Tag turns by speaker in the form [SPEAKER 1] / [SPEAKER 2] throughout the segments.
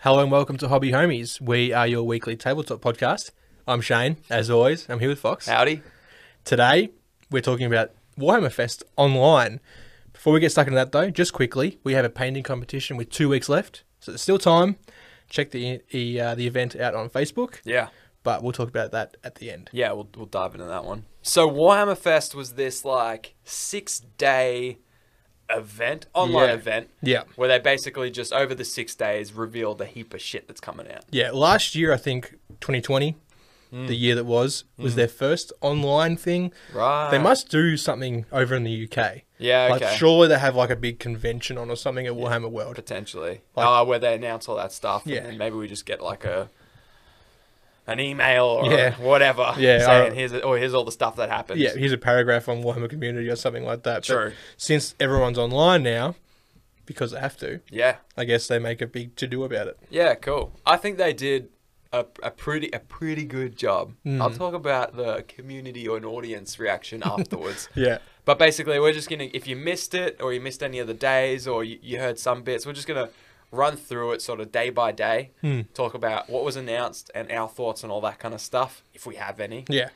[SPEAKER 1] Hello and welcome to Hobby Homies. We are your weekly tabletop podcast. I'm Shane, as always. I'm here with Fox.
[SPEAKER 2] Howdy.
[SPEAKER 1] Today, we're talking about Warhammer Fest online. Before we get stuck into that, though, just quickly, we have a painting competition with two weeks left, so there's still time. Check the the, uh, the event out on Facebook,
[SPEAKER 2] Yeah.
[SPEAKER 1] but we'll talk about that at the end.
[SPEAKER 2] Yeah, we'll, we'll dive into that one. So Warhammer Fest was this like six day event, online
[SPEAKER 1] Yeah.
[SPEAKER 2] event,
[SPEAKER 1] Yeah.
[SPEAKER 2] where they basically just over the six days revealed a heap of shit that's coming out.
[SPEAKER 1] Yeah, last year I think 2020, the year that was, was their first online thing.
[SPEAKER 2] Right.
[SPEAKER 1] They must do something over in the UK.
[SPEAKER 2] Uh, Yeah,
[SPEAKER 1] Like
[SPEAKER 2] okay.
[SPEAKER 1] surely they have like a big convention on or something at Warhammer World.
[SPEAKER 2] Potentially.
[SPEAKER 1] Like-
[SPEAKER 2] Ah, where they announce all that stuff.
[SPEAKER 1] Yeah.
[SPEAKER 2] And then maybe we just get like a an email or
[SPEAKER 1] Yeah.
[SPEAKER 2] whatever.
[SPEAKER 1] Yeah,
[SPEAKER 2] Saying
[SPEAKER 1] I-
[SPEAKER 2] here's a, or here's all the stuff that happens.
[SPEAKER 1] Yeah, here's a paragraph on Warhammer community or something like that. But
[SPEAKER 2] True.
[SPEAKER 1] since everyone's online now, because they have to,
[SPEAKER 2] Yeah.
[SPEAKER 1] I guess they make a big to do about it.
[SPEAKER 2] Yeah, cool. I think they did a, a pretty a pretty good job.
[SPEAKER 1] Mm.
[SPEAKER 2] I'll talk about the community or an audience reaction afterwards.
[SPEAKER 1] Yeah.
[SPEAKER 2] But basically, we're just gonna if you missed it or you missed any of the days or you, you heard some bits, we're just gonna run through it sort of day by day.
[SPEAKER 1] Hmm.
[SPEAKER 2] Talk about what was announced and our thoughts and all that kind of stuff, if we have any.
[SPEAKER 1] Yeah.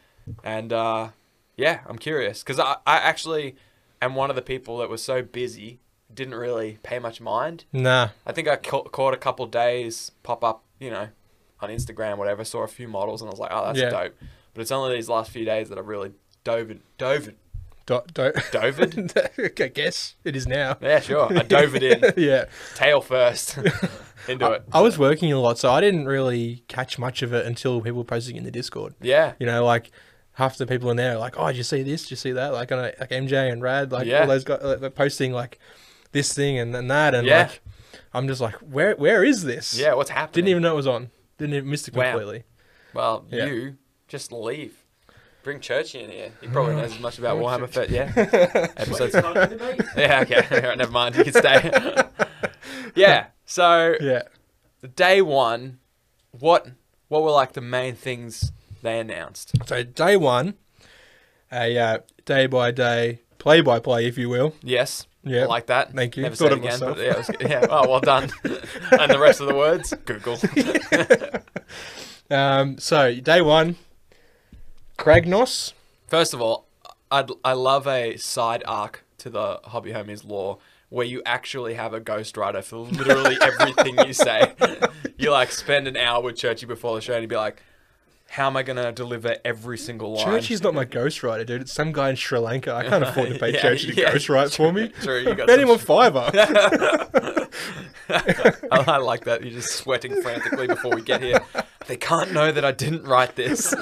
[SPEAKER 2] And uh, yeah, I'm curious because I, I actually am one of the people that was so busy didn't really pay much mind
[SPEAKER 1] Nah.
[SPEAKER 2] I think I ca- caught a couple days pop up, you know, on Instagram, whatever. Saw a few models and I was like, oh, that's
[SPEAKER 1] Yeah.
[SPEAKER 2] dope. But it's only these last few days that I've really dove, in- dove, in-
[SPEAKER 1] Don't. don't.
[SPEAKER 2] dove. in.
[SPEAKER 1] I guess it is now.
[SPEAKER 2] yeah, sure. I dove it in,
[SPEAKER 1] yeah.
[SPEAKER 2] tail first, into it.
[SPEAKER 1] I was working a lot, so I didn't really catch much of it until people were posting in the Discord.
[SPEAKER 2] Yeah,
[SPEAKER 1] You know, like half the people in there are like, "Oh, did you see this? Did you see that?" Like, I know, like MJ and Rad, like
[SPEAKER 2] Yeah.
[SPEAKER 1] all those guys, like, they're posting like this thing and, and that, and
[SPEAKER 2] Yeah.
[SPEAKER 1] like, I'm just like, "Where where is this?"
[SPEAKER 2] yeah. What's happening?
[SPEAKER 1] Didn't even know it was on. Didn't even miss it
[SPEAKER 2] Wow.
[SPEAKER 1] completely.
[SPEAKER 2] Well,
[SPEAKER 1] Yeah.
[SPEAKER 2] you just leave. Bring Churchy in here. He probably knows as much about Warhammer Fest. Yeah. Episodes. yeah. Okay. All right, never mind. You can stay. yeah. So
[SPEAKER 1] Yeah.
[SPEAKER 2] day one, what what were like the main things they announced?
[SPEAKER 1] So day one, a uh, day by day, play by play, if you will.
[SPEAKER 2] Yes,
[SPEAKER 1] Yeah.
[SPEAKER 2] I like that.
[SPEAKER 1] Thank you.
[SPEAKER 2] Never
[SPEAKER 1] Thought
[SPEAKER 2] said it
[SPEAKER 1] of
[SPEAKER 2] again,
[SPEAKER 1] myself.
[SPEAKER 2] but yeah, it was, yeah. Oh, well done. and the rest of the words, Google.
[SPEAKER 1] Um, so day one, Kragnos.
[SPEAKER 2] First of all, I'd, I love a side arc to the hobby homies lore where you actually have a ghostwriter for literally everything you say. you like spend an hour with Churchy before the show and you'd be like, "How am I gonna deliver every single line?"
[SPEAKER 1] Churchy's not my ghostwriter, dude. It's some guy in Sri Lanka. I can't afford to pay
[SPEAKER 2] Yeah,
[SPEAKER 1] Churchy to
[SPEAKER 2] yeah,
[SPEAKER 1] ghostwrite for me.
[SPEAKER 2] True, you got
[SPEAKER 1] Bet
[SPEAKER 2] some
[SPEAKER 1] him on Fiverr.
[SPEAKER 2] I, I like that. You're just sweating frantically before we get here. They can't know that I didn't write this.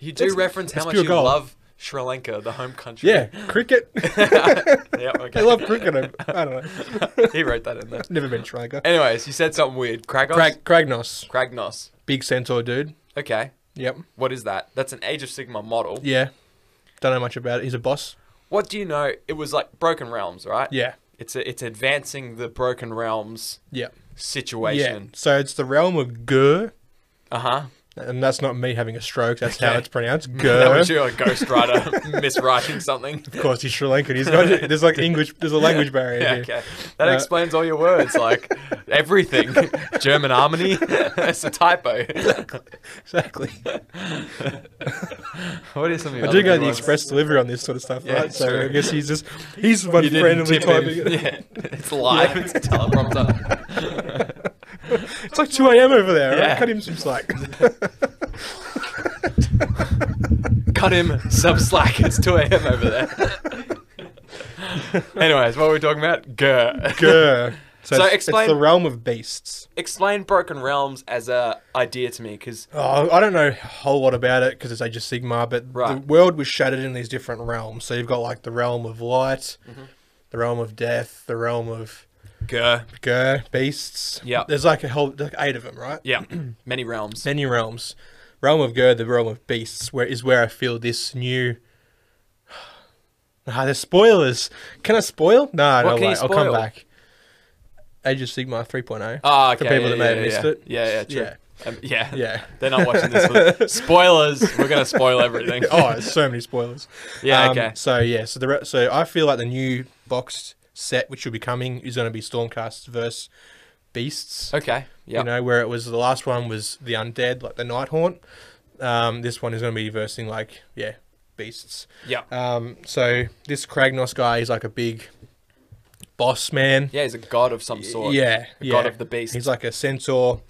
[SPEAKER 2] You do reference how
[SPEAKER 1] that's
[SPEAKER 2] much
[SPEAKER 1] pure
[SPEAKER 2] you
[SPEAKER 1] gold.
[SPEAKER 2] love Sri Lanka, the home country.
[SPEAKER 1] yeah, cricket.
[SPEAKER 2] yeah, okay.
[SPEAKER 1] I love cricket. I- I don't know.
[SPEAKER 2] he wrote that in there.
[SPEAKER 1] Never been to Sri Lanka.
[SPEAKER 2] Anyways, you said something weird. Kragos?
[SPEAKER 1] Krag- Kragnos,
[SPEAKER 2] Kragnos.
[SPEAKER 1] big centaur dude.
[SPEAKER 2] Okay.
[SPEAKER 1] Yep.
[SPEAKER 2] What is that? That's an Age of Sigma model.
[SPEAKER 1] Yeah. Don't know much about it. He's a boss.
[SPEAKER 2] What do you know? It was like Broken Realms, right?
[SPEAKER 1] Yeah.
[SPEAKER 2] It's a, it's advancing the Broken Realms
[SPEAKER 1] Yeah. Yeah.
[SPEAKER 2] situation.
[SPEAKER 1] So it's the realm of Gur.
[SPEAKER 2] Uh huh.
[SPEAKER 1] And that's not me having a stroke. That's how
[SPEAKER 2] Okay.
[SPEAKER 1] it's pronounced.
[SPEAKER 2] That
[SPEAKER 1] Gur.
[SPEAKER 2] was you, a ghostwriter, miswriting something.
[SPEAKER 1] Of course, he's Sri Lankan. He's got there's like English. There's a language barrier
[SPEAKER 2] Yeah,
[SPEAKER 1] here.
[SPEAKER 2] okay. That
[SPEAKER 1] Uh,
[SPEAKER 2] explains all your words, like everything. German harmony. it's a typo.
[SPEAKER 1] Exactly.
[SPEAKER 2] what is something?
[SPEAKER 1] I do go the express delivery on this sort of stuff,
[SPEAKER 2] Yeah,
[SPEAKER 1] right? So I
[SPEAKER 2] sure.
[SPEAKER 1] guess he's just he's one randomly typing. it.
[SPEAKER 2] Yeah, it's live. It's a teleprompter.
[SPEAKER 1] It's like 2 a.m. over there. Right?
[SPEAKER 2] Yeah.
[SPEAKER 1] Cut him some slack.
[SPEAKER 2] Cut him sub slack. It's two a.m. over there. Anyways, what were we talking about? Grr.
[SPEAKER 1] Gur. So,
[SPEAKER 2] So
[SPEAKER 1] it's,
[SPEAKER 2] explain-
[SPEAKER 1] it's the realm of beasts.
[SPEAKER 2] Explain Broken Realms as a idea to me, because
[SPEAKER 1] Oh, I don't know a whole lot about it because it's Age of Sigma, but the
[SPEAKER 2] Right.
[SPEAKER 1] world was shattered in these different realms. So you've got like the realm of light,
[SPEAKER 2] Mm-hmm.
[SPEAKER 1] the realm of death, the realm of
[SPEAKER 2] Grr.
[SPEAKER 1] Gur beasts.
[SPEAKER 2] Yep.
[SPEAKER 1] There's like a whole there's like eight of them, right?
[SPEAKER 2] Yeah, many realms.
[SPEAKER 1] many realms. Realm of Gur, the realm of beasts, where is where I feel this new. Ah, there's spoilers. Can I spoil? No, no
[SPEAKER 2] can you
[SPEAKER 1] way. I'll come
[SPEAKER 2] spoil?
[SPEAKER 1] back. Age of Sigma oh. 3.0.
[SPEAKER 2] Ah, okay.
[SPEAKER 1] For people
[SPEAKER 2] yeah,
[SPEAKER 1] that may have
[SPEAKER 2] yeah,
[SPEAKER 1] missed
[SPEAKER 2] yeah.
[SPEAKER 1] it.
[SPEAKER 2] Yeah, yeah, true.
[SPEAKER 1] Yeah.
[SPEAKER 2] Um, yeah.
[SPEAKER 1] Yeah.
[SPEAKER 2] They're not watching this. With... Spoilers. We're gonna spoil everything.
[SPEAKER 1] oh, there's so many spoilers. Um,
[SPEAKER 2] Yeah, okay.
[SPEAKER 1] So yeah, so the re- so I feel like the new boxed set which will be coming is going to be Stormcast versus beasts.
[SPEAKER 2] Oh, Okay. Yeah.
[SPEAKER 1] You know, where it was the last one was the undead, like the Night Haunt. Um, this one is going to be versing like yeah, beasts.
[SPEAKER 2] yeah.
[SPEAKER 1] Um, so this Kragnos guy is like a big boss man.
[SPEAKER 2] Yeah, he's a god of some sort.
[SPEAKER 1] Yeah,
[SPEAKER 2] A
[SPEAKER 1] yeah.
[SPEAKER 2] god of the beast.
[SPEAKER 1] He's like a centaur,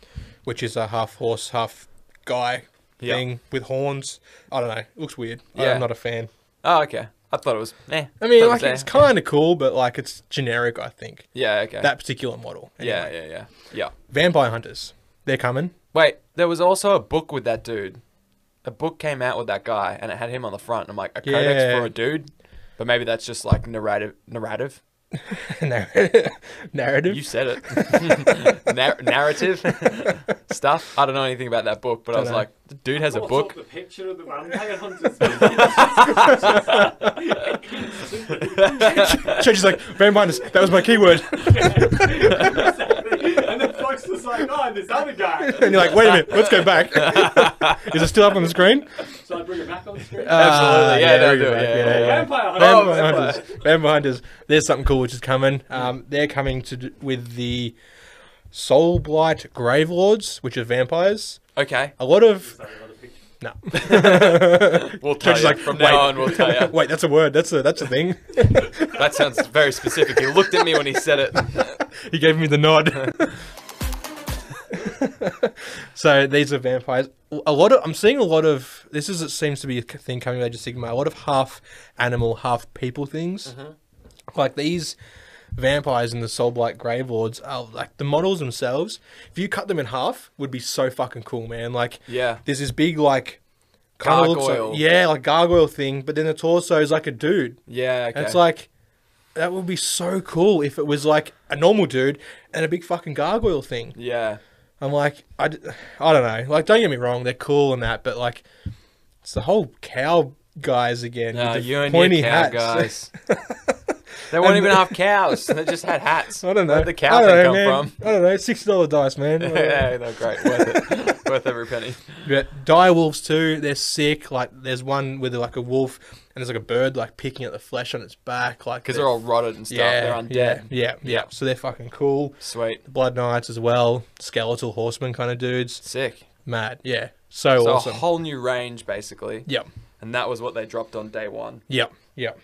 [SPEAKER 1] which is a half horse, half guy
[SPEAKER 2] Yeah.
[SPEAKER 1] thing with horns. I don't know. It looks weird.
[SPEAKER 2] Yeah.
[SPEAKER 1] I'm not a fan.
[SPEAKER 2] Oh, okay. I thought it was. Eh.
[SPEAKER 1] I mean,
[SPEAKER 2] thought it
[SPEAKER 1] like
[SPEAKER 2] was, eh.
[SPEAKER 1] it's kind of cool, but like it's generic. I think
[SPEAKER 2] Yeah. Okay.
[SPEAKER 1] that particular model.
[SPEAKER 2] yeah.
[SPEAKER 1] Anyway.
[SPEAKER 2] Yeah. Yeah. Yeah.
[SPEAKER 1] Vampire hunters. They're coming.
[SPEAKER 2] Wait, there was also a book with that dude. A book came out with that guy, and it had him on the front. And I'm like, a codex
[SPEAKER 1] Yeah.
[SPEAKER 2] for a dude, but maybe that's just like narrative. Narrative.
[SPEAKER 1] Narr- Narrative.
[SPEAKER 2] You said it. Nar- narrative stuff. I don't know anything about that book, but I was
[SPEAKER 1] Dunno.
[SPEAKER 2] like, the dude has a
[SPEAKER 3] What's
[SPEAKER 2] book.
[SPEAKER 3] up The picture of the vampire hunters.
[SPEAKER 1] Church is like vampire hunters. That was my keyword.
[SPEAKER 3] and then Fox was like, "Oh, and this other guy."
[SPEAKER 1] and you're like, wait a minute, let's go back. is it still up on the screen?
[SPEAKER 3] So I bring it back on the screen.
[SPEAKER 1] Ah,
[SPEAKER 2] yeah, they'll
[SPEAKER 1] there we
[SPEAKER 2] do
[SPEAKER 1] go.
[SPEAKER 2] it, yeah,
[SPEAKER 1] Yeah,
[SPEAKER 2] yeah,
[SPEAKER 1] yeah.
[SPEAKER 3] Vampire hunter.
[SPEAKER 1] Vampire
[SPEAKER 2] Oh, vampire.
[SPEAKER 1] Hunters. Vampire Hunters. There's something cool which is coming. Um, they're coming to d- with the Soul Blight Grave Lords, which are vampires.
[SPEAKER 2] Okay,
[SPEAKER 1] A lot of
[SPEAKER 3] Sorry, another picture.
[SPEAKER 1] no.
[SPEAKER 2] we'll tell
[SPEAKER 1] Church is
[SPEAKER 2] you.
[SPEAKER 1] like,
[SPEAKER 2] From
[SPEAKER 1] wait.
[SPEAKER 2] now on, we'll tell you.
[SPEAKER 1] Wait, that's a word. That's a that's a thing.
[SPEAKER 2] That sounds very specific. He looked at me when he said it.
[SPEAKER 1] he gave me the nod. so these are vampires. A lot of I'm seeing a lot of this is it seems to be a thing coming out of Sigma. A lot of half animal, half people things. Like these vampires in the Soulblight Gravelords are like the models themselves. If you cut them in half, would be so fucking cool, man. Like
[SPEAKER 2] Yeah.
[SPEAKER 1] there's this big like kinda looks like-
[SPEAKER 2] Gargoyle.
[SPEAKER 1] yeah, like gargoyle thing, but then the torso is like a dude.
[SPEAKER 2] Yeah, okay.
[SPEAKER 1] And It's like that would be so cool if it was like a normal dude and a big fucking gargoyle thing.
[SPEAKER 2] yeah,
[SPEAKER 1] I'm like, I, d- I don't know. Like, don't get me wrong, they're cool and that, but like, it's the whole cow guys again.
[SPEAKER 2] no,
[SPEAKER 1] with the
[SPEAKER 2] you and
[SPEAKER 1] pointy
[SPEAKER 2] your cow
[SPEAKER 1] hats.
[SPEAKER 2] guys. They weren't
[SPEAKER 1] And-
[SPEAKER 2] even half cows. They just had hats.
[SPEAKER 1] I don't know.
[SPEAKER 2] Where'd the cow
[SPEAKER 1] I don't know,
[SPEAKER 2] thing come
[SPEAKER 1] man.
[SPEAKER 2] from?
[SPEAKER 1] I don't know. Sixty dollar dice, man. I don't know.
[SPEAKER 2] yeah, they're great. Worth it. Worth every penny.
[SPEAKER 1] But direwolves too, they're sick. Like there's one with like a wolf and there's like a bird like picking at the flesh on its back. Like
[SPEAKER 2] Because they're all rotted and stuff. they're
[SPEAKER 1] yeah,
[SPEAKER 2] undead.
[SPEAKER 1] yeah, yeah, yeah.
[SPEAKER 2] Yeah.
[SPEAKER 1] So they're fucking cool.
[SPEAKER 2] Sweet.
[SPEAKER 1] Blood Knights as well, skeletal horseman kind of dudes.
[SPEAKER 2] Sick.
[SPEAKER 1] Mad, yeah. So,
[SPEAKER 2] So
[SPEAKER 1] awesome.
[SPEAKER 2] a whole new range, basically.
[SPEAKER 1] yep,
[SPEAKER 2] And that was what they dropped on day one.
[SPEAKER 1] yep, yep.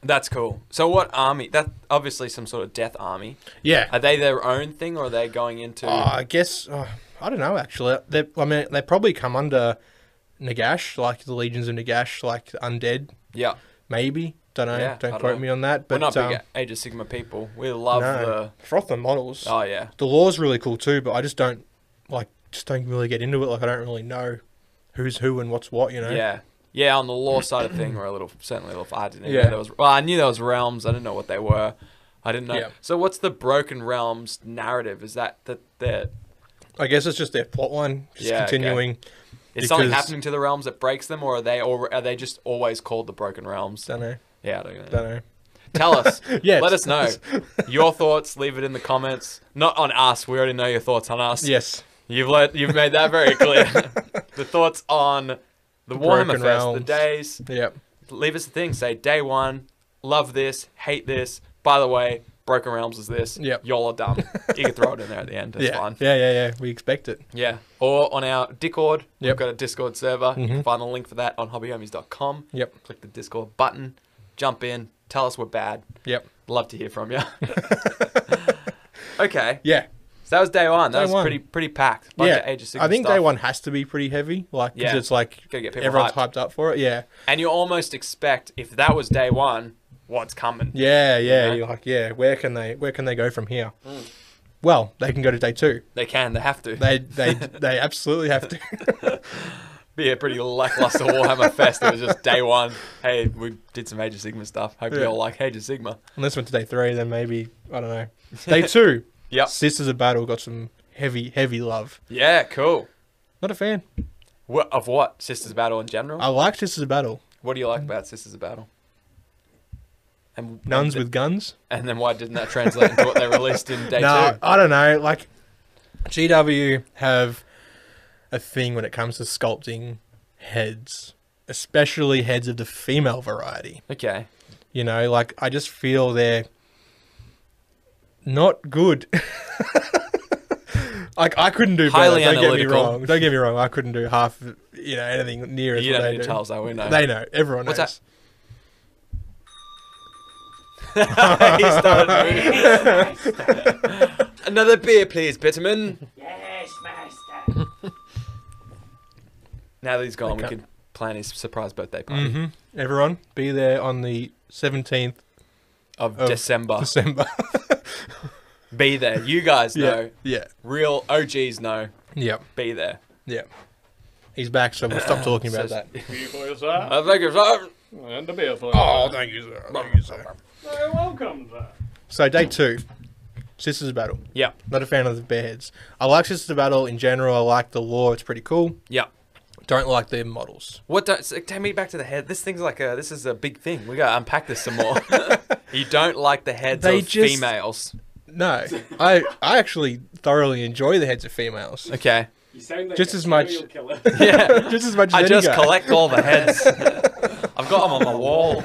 [SPEAKER 2] That's cool. So what army? That obviously some sort of death army.
[SPEAKER 1] Yeah.
[SPEAKER 2] Are they their own thing, or are they going into?
[SPEAKER 1] Uh, I guess, uh, I don't know actually. They, I mean, they probably come under Nagash, like the Legions of Nagash, like undead,
[SPEAKER 2] yeah,
[SPEAKER 1] maybe. Don't know.
[SPEAKER 2] Yeah, I
[SPEAKER 1] don't
[SPEAKER 2] don't
[SPEAKER 1] quote
[SPEAKER 2] know.
[SPEAKER 1] me on that.
[SPEAKER 2] we're
[SPEAKER 1] But
[SPEAKER 2] not
[SPEAKER 1] um,
[SPEAKER 2] big Age of Sigma people. We love
[SPEAKER 1] no. Froth and models.
[SPEAKER 2] the. Oh yeah,
[SPEAKER 1] the lore's really cool too, but I just don't, like, just don't really get into it. Like, I don't really know who's who and what's what, you know?
[SPEAKER 2] yeah, yeah. On the law side of thing, we're a little certainly a little. I didn't even
[SPEAKER 1] Yeah.
[SPEAKER 2] know there was. Well, I knew there was realms. I didn't know what they were. I didn't know.
[SPEAKER 1] Yeah.
[SPEAKER 2] So what's the broken realms narrative? Is that that that
[SPEAKER 1] I guess it's just their plot line, just
[SPEAKER 2] Yeah, okay.
[SPEAKER 1] continuing.
[SPEAKER 2] is something
[SPEAKER 1] Because-
[SPEAKER 2] happening to the realms that breaks them, or are they or are they just always called the broken realms?
[SPEAKER 1] Don't know.
[SPEAKER 2] Yeah, I don't know.
[SPEAKER 1] Don't know.
[SPEAKER 2] Tell us.
[SPEAKER 1] Yeah,
[SPEAKER 2] Let us
[SPEAKER 1] tell
[SPEAKER 2] know your thoughts. Leave it in the comments. Not on us. We already know your thoughts on us.
[SPEAKER 1] Yes.
[SPEAKER 2] You've let you've made that very clear. the thoughts on the Warhammer
[SPEAKER 1] Broken
[SPEAKER 2] Fest, the
[SPEAKER 1] realms.
[SPEAKER 2] days.
[SPEAKER 1] Yep.
[SPEAKER 2] Leave us a thing. Say day one. Love this. Hate this. By the way, Broken Realms is this.
[SPEAKER 1] Yep.
[SPEAKER 2] Y'all are dumb. you can throw it in there at the end. That's
[SPEAKER 1] yeah.
[SPEAKER 2] fine.
[SPEAKER 1] Yeah, yeah, yeah. We expect it.
[SPEAKER 2] Yeah. Or on our Discord. We've
[SPEAKER 1] Yep.
[SPEAKER 2] got a Discord server. You can
[SPEAKER 1] Mhm.
[SPEAKER 2] find the link for that on hobbyhomies.com.
[SPEAKER 1] Yep.
[SPEAKER 2] Click the Discord button. Jump in. Tell us we're bad.
[SPEAKER 1] Yep.
[SPEAKER 2] Love to hear from you. okay.
[SPEAKER 1] Yeah.
[SPEAKER 2] So that was day one. That
[SPEAKER 1] Day
[SPEAKER 2] was
[SPEAKER 1] one.
[SPEAKER 2] pretty pretty packed. Bunch
[SPEAKER 1] yeah.
[SPEAKER 2] of Age of Sigmar
[SPEAKER 1] I think
[SPEAKER 2] stuff.
[SPEAKER 1] day one has to be pretty heavy. Like, because
[SPEAKER 2] Yeah.
[SPEAKER 1] it's like
[SPEAKER 2] Gotta get people
[SPEAKER 1] everyone's
[SPEAKER 2] hyped.
[SPEAKER 1] hyped. up for it. Yeah.
[SPEAKER 2] And you almost expect if that was day one, what's coming?
[SPEAKER 1] Yeah, yeah.
[SPEAKER 2] Yeah. Mm.
[SPEAKER 1] You're like, yeah, where can they where can they go from here? Well, they can go to day two.
[SPEAKER 2] They can, they have to.
[SPEAKER 1] They they they absolutely have to.
[SPEAKER 2] Be a pretty lackluster Warhammer Fest. It was just day one. Hey, we did some Age of Sigma stuff. Hope you
[SPEAKER 1] Yeah.
[SPEAKER 2] all like Age of Sigma.
[SPEAKER 1] Unless we went to day three, then maybe I don't know. Day two.
[SPEAKER 2] Yep.
[SPEAKER 1] Sisters of Battle got some heavy, heavy love.
[SPEAKER 2] Yeah, cool.
[SPEAKER 1] Not a fan.
[SPEAKER 2] Wha of what? Sisters of Battle in general?
[SPEAKER 1] I like Sisters of Battle.
[SPEAKER 2] what do you like about Sisters of Battle? And
[SPEAKER 1] Nuns
[SPEAKER 2] and,
[SPEAKER 1] with guns.
[SPEAKER 2] And then why didn't that translate into what they released in day
[SPEAKER 1] no,
[SPEAKER 2] two?
[SPEAKER 1] I don't know. Like GW have a thing when it comes to sculpting heads, especially heads of the female variety.
[SPEAKER 2] Okay.
[SPEAKER 1] You know, like I just feel they're not good. Like I couldn't do better.
[SPEAKER 4] Highly
[SPEAKER 1] Don't get me
[SPEAKER 4] analytical.
[SPEAKER 1] wrong. Don't get me wrong. I couldn't do half, you know, anything near as
[SPEAKER 4] You
[SPEAKER 1] what
[SPEAKER 4] don't
[SPEAKER 1] they
[SPEAKER 4] need
[SPEAKER 1] do.
[SPEAKER 4] to tell us that. We know.
[SPEAKER 1] They know. Everyone
[SPEAKER 4] What's
[SPEAKER 1] knows.
[SPEAKER 4] he started moving. Another beer, please, Bitterman.
[SPEAKER 3] Yes, master.
[SPEAKER 4] Now that he's gone, we
[SPEAKER 1] Okay.
[SPEAKER 4] can plan his surprise birthday party
[SPEAKER 1] hmm Everyone, be there on the seventeenth
[SPEAKER 4] of,
[SPEAKER 1] Of
[SPEAKER 4] December.
[SPEAKER 1] December.
[SPEAKER 4] Be there. You guys
[SPEAKER 1] yeah.
[SPEAKER 4] know.
[SPEAKER 1] Yeah.
[SPEAKER 4] Real OGs know.
[SPEAKER 1] Yeah.
[SPEAKER 4] Be there.
[SPEAKER 1] Yeah. He's back, so we'll stop talking about
[SPEAKER 4] Says-
[SPEAKER 1] that.
[SPEAKER 3] Beer for you, sir.
[SPEAKER 4] I think it's over.
[SPEAKER 3] And a beer for you.
[SPEAKER 1] Oh, thank you, sir. Thank you, sir.
[SPEAKER 3] Very welcome, sir.
[SPEAKER 1] So day two, Sisters of Battle.
[SPEAKER 4] Yeah.
[SPEAKER 1] Not a fan of the bearheads. I like Sisters of Battle in general. I like the lore. It's pretty cool.
[SPEAKER 4] Yeah.
[SPEAKER 1] Don't like their models.
[SPEAKER 4] What do, so take me back to the head. This thing's like a. This is a big thing. We gotta unpack this some more. you don't like the heads
[SPEAKER 1] They
[SPEAKER 4] of
[SPEAKER 1] just-
[SPEAKER 4] females.
[SPEAKER 1] No, I I actually thoroughly enjoy the heads of females.
[SPEAKER 4] Okay.
[SPEAKER 3] You sound like
[SPEAKER 1] Just
[SPEAKER 3] a
[SPEAKER 1] as much-
[SPEAKER 3] serial Killer.
[SPEAKER 4] Yeah.
[SPEAKER 1] Just as much as
[SPEAKER 4] I
[SPEAKER 1] any
[SPEAKER 4] just
[SPEAKER 1] guy.
[SPEAKER 4] collect all the heads. I've got them on my wall.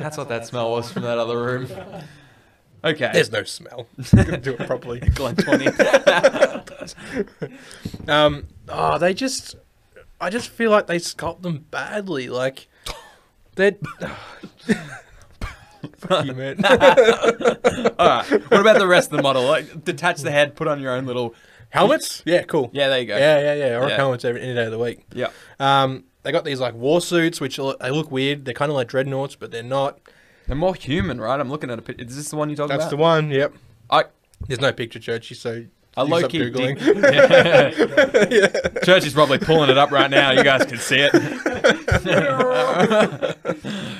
[SPEAKER 4] That's what that smell was from that other room. Okay.
[SPEAKER 1] There's no smell. Do it properly.
[SPEAKER 4] Glen 20.
[SPEAKER 1] Um, oh, they just, I just feel like they sculpt them badly. Like, they're. Fuck you, man.
[SPEAKER 2] All right. What about the rest of the model? Like, detach the head, put on your own little.
[SPEAKER 1] Helmets? Yeah, cool.
[SPEAKER 2] Yeah, there you go.
[SPEAKER 1] Yeah, yeah, yeah. I rock
[SPEAKER 2] Yeah.
[SPEAKER 1] helmets every any day of the week.
[SPEAKER 2] Yeah.
[SPEAKER 1] Um, they got these like war suits, which are, they look weird. They're kind of like dreadnoughts, but they're not.
[SPEAKER 2] They're more human, right? I'm looking at a picture. Is this the one you're talking
[SPEAKER 1] That's the
[SPEAKER 2] about?
[SPEAKER 1] one. Yep.
[SPEAKER 2] I-
[SPEAKER 1] There's no picture, Churchy. So
[SPEAKER 2] I
[SPEAKER 1] you
[SPEAKER 2] low
[SPEAKER 1] stop
[SPEAKER 2] key
[SPEAKER 1] Googling.
[SPEAKER 2] Church is probably pulling it up right now. You guys can see it.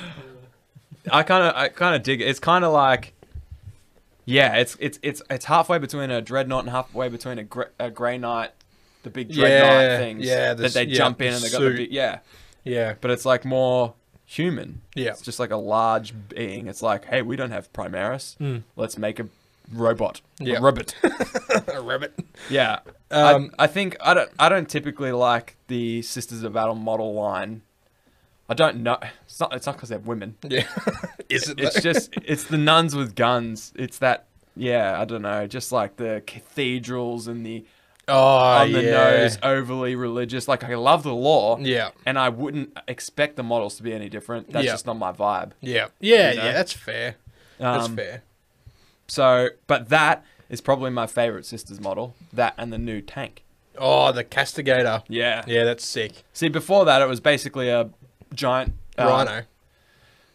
[SPEAKER 2] I kind of, I kind of dig it. It's kind of like, yeah, it's it's it's it's halfway between a dreadnought and halfway between a, gre- a grey knight, the big dreadnought
[SPEAKER 1] Yeah,
[SPEAKER 2] things
[SPEAKER 1] yeah, the
[SPEAKER 2] that they
[SPEAKER 1] s- yeah,
[SPEAKER 2] jump in
[SPEAKER 1] the
[SPEAKER 2] and they got the
[SPEAKER 1] suit.
[SPEAKER 2] big, yeah.
[SPEAKER 1] Yeah.
[SPEAKER 2] But it's like more human.
[SPEAKER 1] Yeah.
[SPEAKER 2] it's just like a large being. It's like, hey, we don't have Primaris. Let's make a robot. A
[SPEAKER 1] Hmm. Yeah.
[SPEAKER 2] robot.
[SPEAKER 1] A rabbit.
[SPEAKER 2] Yeah.
[SPEAKER 1] Um,
[SPEAKER 2] I, I think I don't I don't typically like the Sisters of Battle model line. I don't know. It's not it's not because they're women.
[SPEAKER 1] Yeah. Is it?
[SPEAKER 2] It's
[SPEAKER 1] though?
[SPEAKER 2] just it's the nuns with guns. It's that yeah, I don't know, just like the cathedrals and the
[SPEAKER 1] oh,
[SPEAKER 2] on the
[SPEAKER 1] yeah.
[SPEAKER 2] nose overly religious. Like I love the law.
[SPEAKER 1] Yeah.
[SPEAKER 2] And I wouldn't expect the models to be any different. That's
[SPEAKER 1] Yeah.
[SPEAKER 2] just not my vibe.
[SPEAKER 1] Yeah. Yeah.
[SPEAKER 2] You know?
[SPEAKER 1] Yeah. That's fair. That's
[SPEAKER 2] Um,
[SPEAKER 1] fair.
[SPEAKER 2] So, but that is probably my favorite sisters model. That and the new tank.
[SPEAKER 1] Oh, the castigator.
[SPEAKER 2] Yeah.
[SPEAKER 1] Yeah, that's sick.
[SPEAKER 2] See, before that, it was basically a giant uh,
[SPEAKER 1] Rhino.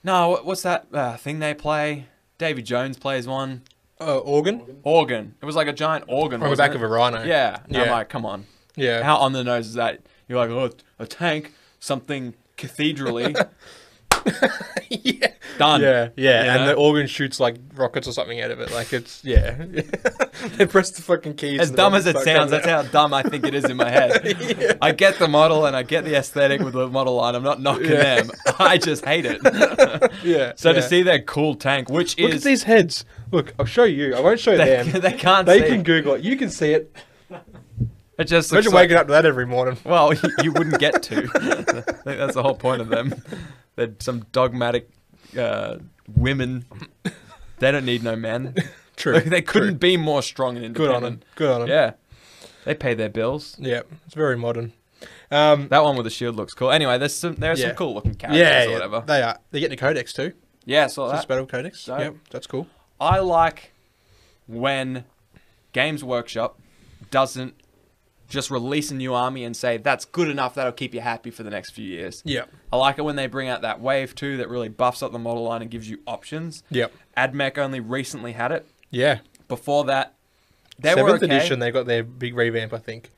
[SPEAKER 2] No, what- what's that uh, thing they play? Davy Jones plays one
[SPEAKER 1] Uh, organ
[SPEAKER 2] organ. It was like a giant organ
[SPEAKER 1] on the
[SPEAKER 2] wasn't
[SPEAKER 1] back
[SPEAKER 2] it?
[SPEAKER 1] of a rhino.
[SPEAKER 2] Yeah, And I'm
[SPEAKER 1] Yeah.
[SPEAKER 2] like, come on,
[SPEAKER 1] Yeah.
[SPEAKER 2] how on the nose is that? You're like, oh, a tank, something cathedraly,
[SPEAKER 1] yeah.
[SPEAKER 2] done.
[SPEAKER 1] Yeah, yeah,
[SPEAKER 2] You
[SPEAKER 1] and
[SPEAKER 2] know?
[SPEAKER 1] the organ shoots like rockets or something out of it. Like it's yeah, they press the fucking keys.
[SPEAKER 2] As
[SPEAKER 1] and
[SPEAKER 2] dumb
[SPEAKER 1] the
[SPEAKER 2] as it
[SPEAKER 1] rockets
[SPEAKER 2] sounds,
[SPEAKER 1] start
[SPEAKER 2] that's how dumb I think it is in my head.
[SPEAKER 1] coming out.
[SPEAKER 2] I get the model and I get the aesthetic with the model line. I'm not knocking
[SPEAKER 1] Yeah.
[SPEAKER 2] them. I just hate it.
[SPEAKER 1] yeah, yeah.
[SPEAKER 2] So to
[SPEAKER 1] yeah.
[SPEAKER 2] see that cool tank, which
[SPEAKER 1] look
[SPEAKER 2] is
[SPEAKER 1] at these heads. Look, I'll show you. I won't show
[SPEAKER 2] they,
[SPEAKER 1] them.
[SPEAKER 2] they can't
[SPEAKER 1] They
[SPEAKER 2] see.
[SPEAKER 1] can Google it. You can see it.
[SPEAKER 2] it just looks
[SPEAKER 1] Imagine
[SPEAKER 2] like-
[SPEAKER 1] waking up to that every morning.
[SPEAKER 2] Well, you- you wouldn't get to. I think that's the whole point of them. They're some dogmatic uh, women. They don't need no men.
[SPEAKER 1] True.
[SPEAKER 2] Like, they couldn't be more strong and
[SPEAKER 1] Good on
[SPEAKER 2] independent.
[SPEAKER 1] them. Good on them.
[SPEAKER 2] Yeah. They pay their bills.
[SPEAKER 1] yeah. It's very modern. Um,
[SPEAKER 2] That one with the shield looks cool. Anyway, there's some there are
[SPEAKER 1] Yeah.
[SPEAKER 2] some cool looking characters
[SPEAKER 1] yeah,
[SPEAKER 2] or
[SPEAKER 1] yeah,
[SPEAKER 2] whatever.
[SPEAKER 1] they are. They get the codex too.
[SPEAKER 2] yeah, I saw
[SPEAKER 1] This
[SPEAKER 2] that.
[SPEAKER 1] battle codex.
[SPEAKER 2] So-
[SPEAKER 1] Yep, that's cool.
[SPEAKER 2] I like when Games Workshop doesn't just release a new army and say that's good enough that'll keep you happy for the next few years.
[SPEAKER 1] Yeah.
[SPEAKER 2] I like it when they bring out that wave too that really buffs up the model line and gives you options.
[SPEAKER 1] Yep.
[SPEAKER 2] AdMech only recently had it.
[SPEAKER 1] Yeah.
[SPEAKER 2] Before that, they were
[SPEAKER 1] Seventh
[SPEAKER 2] okay.
[SPEAKER 1] edition. They got their big revamp, I think.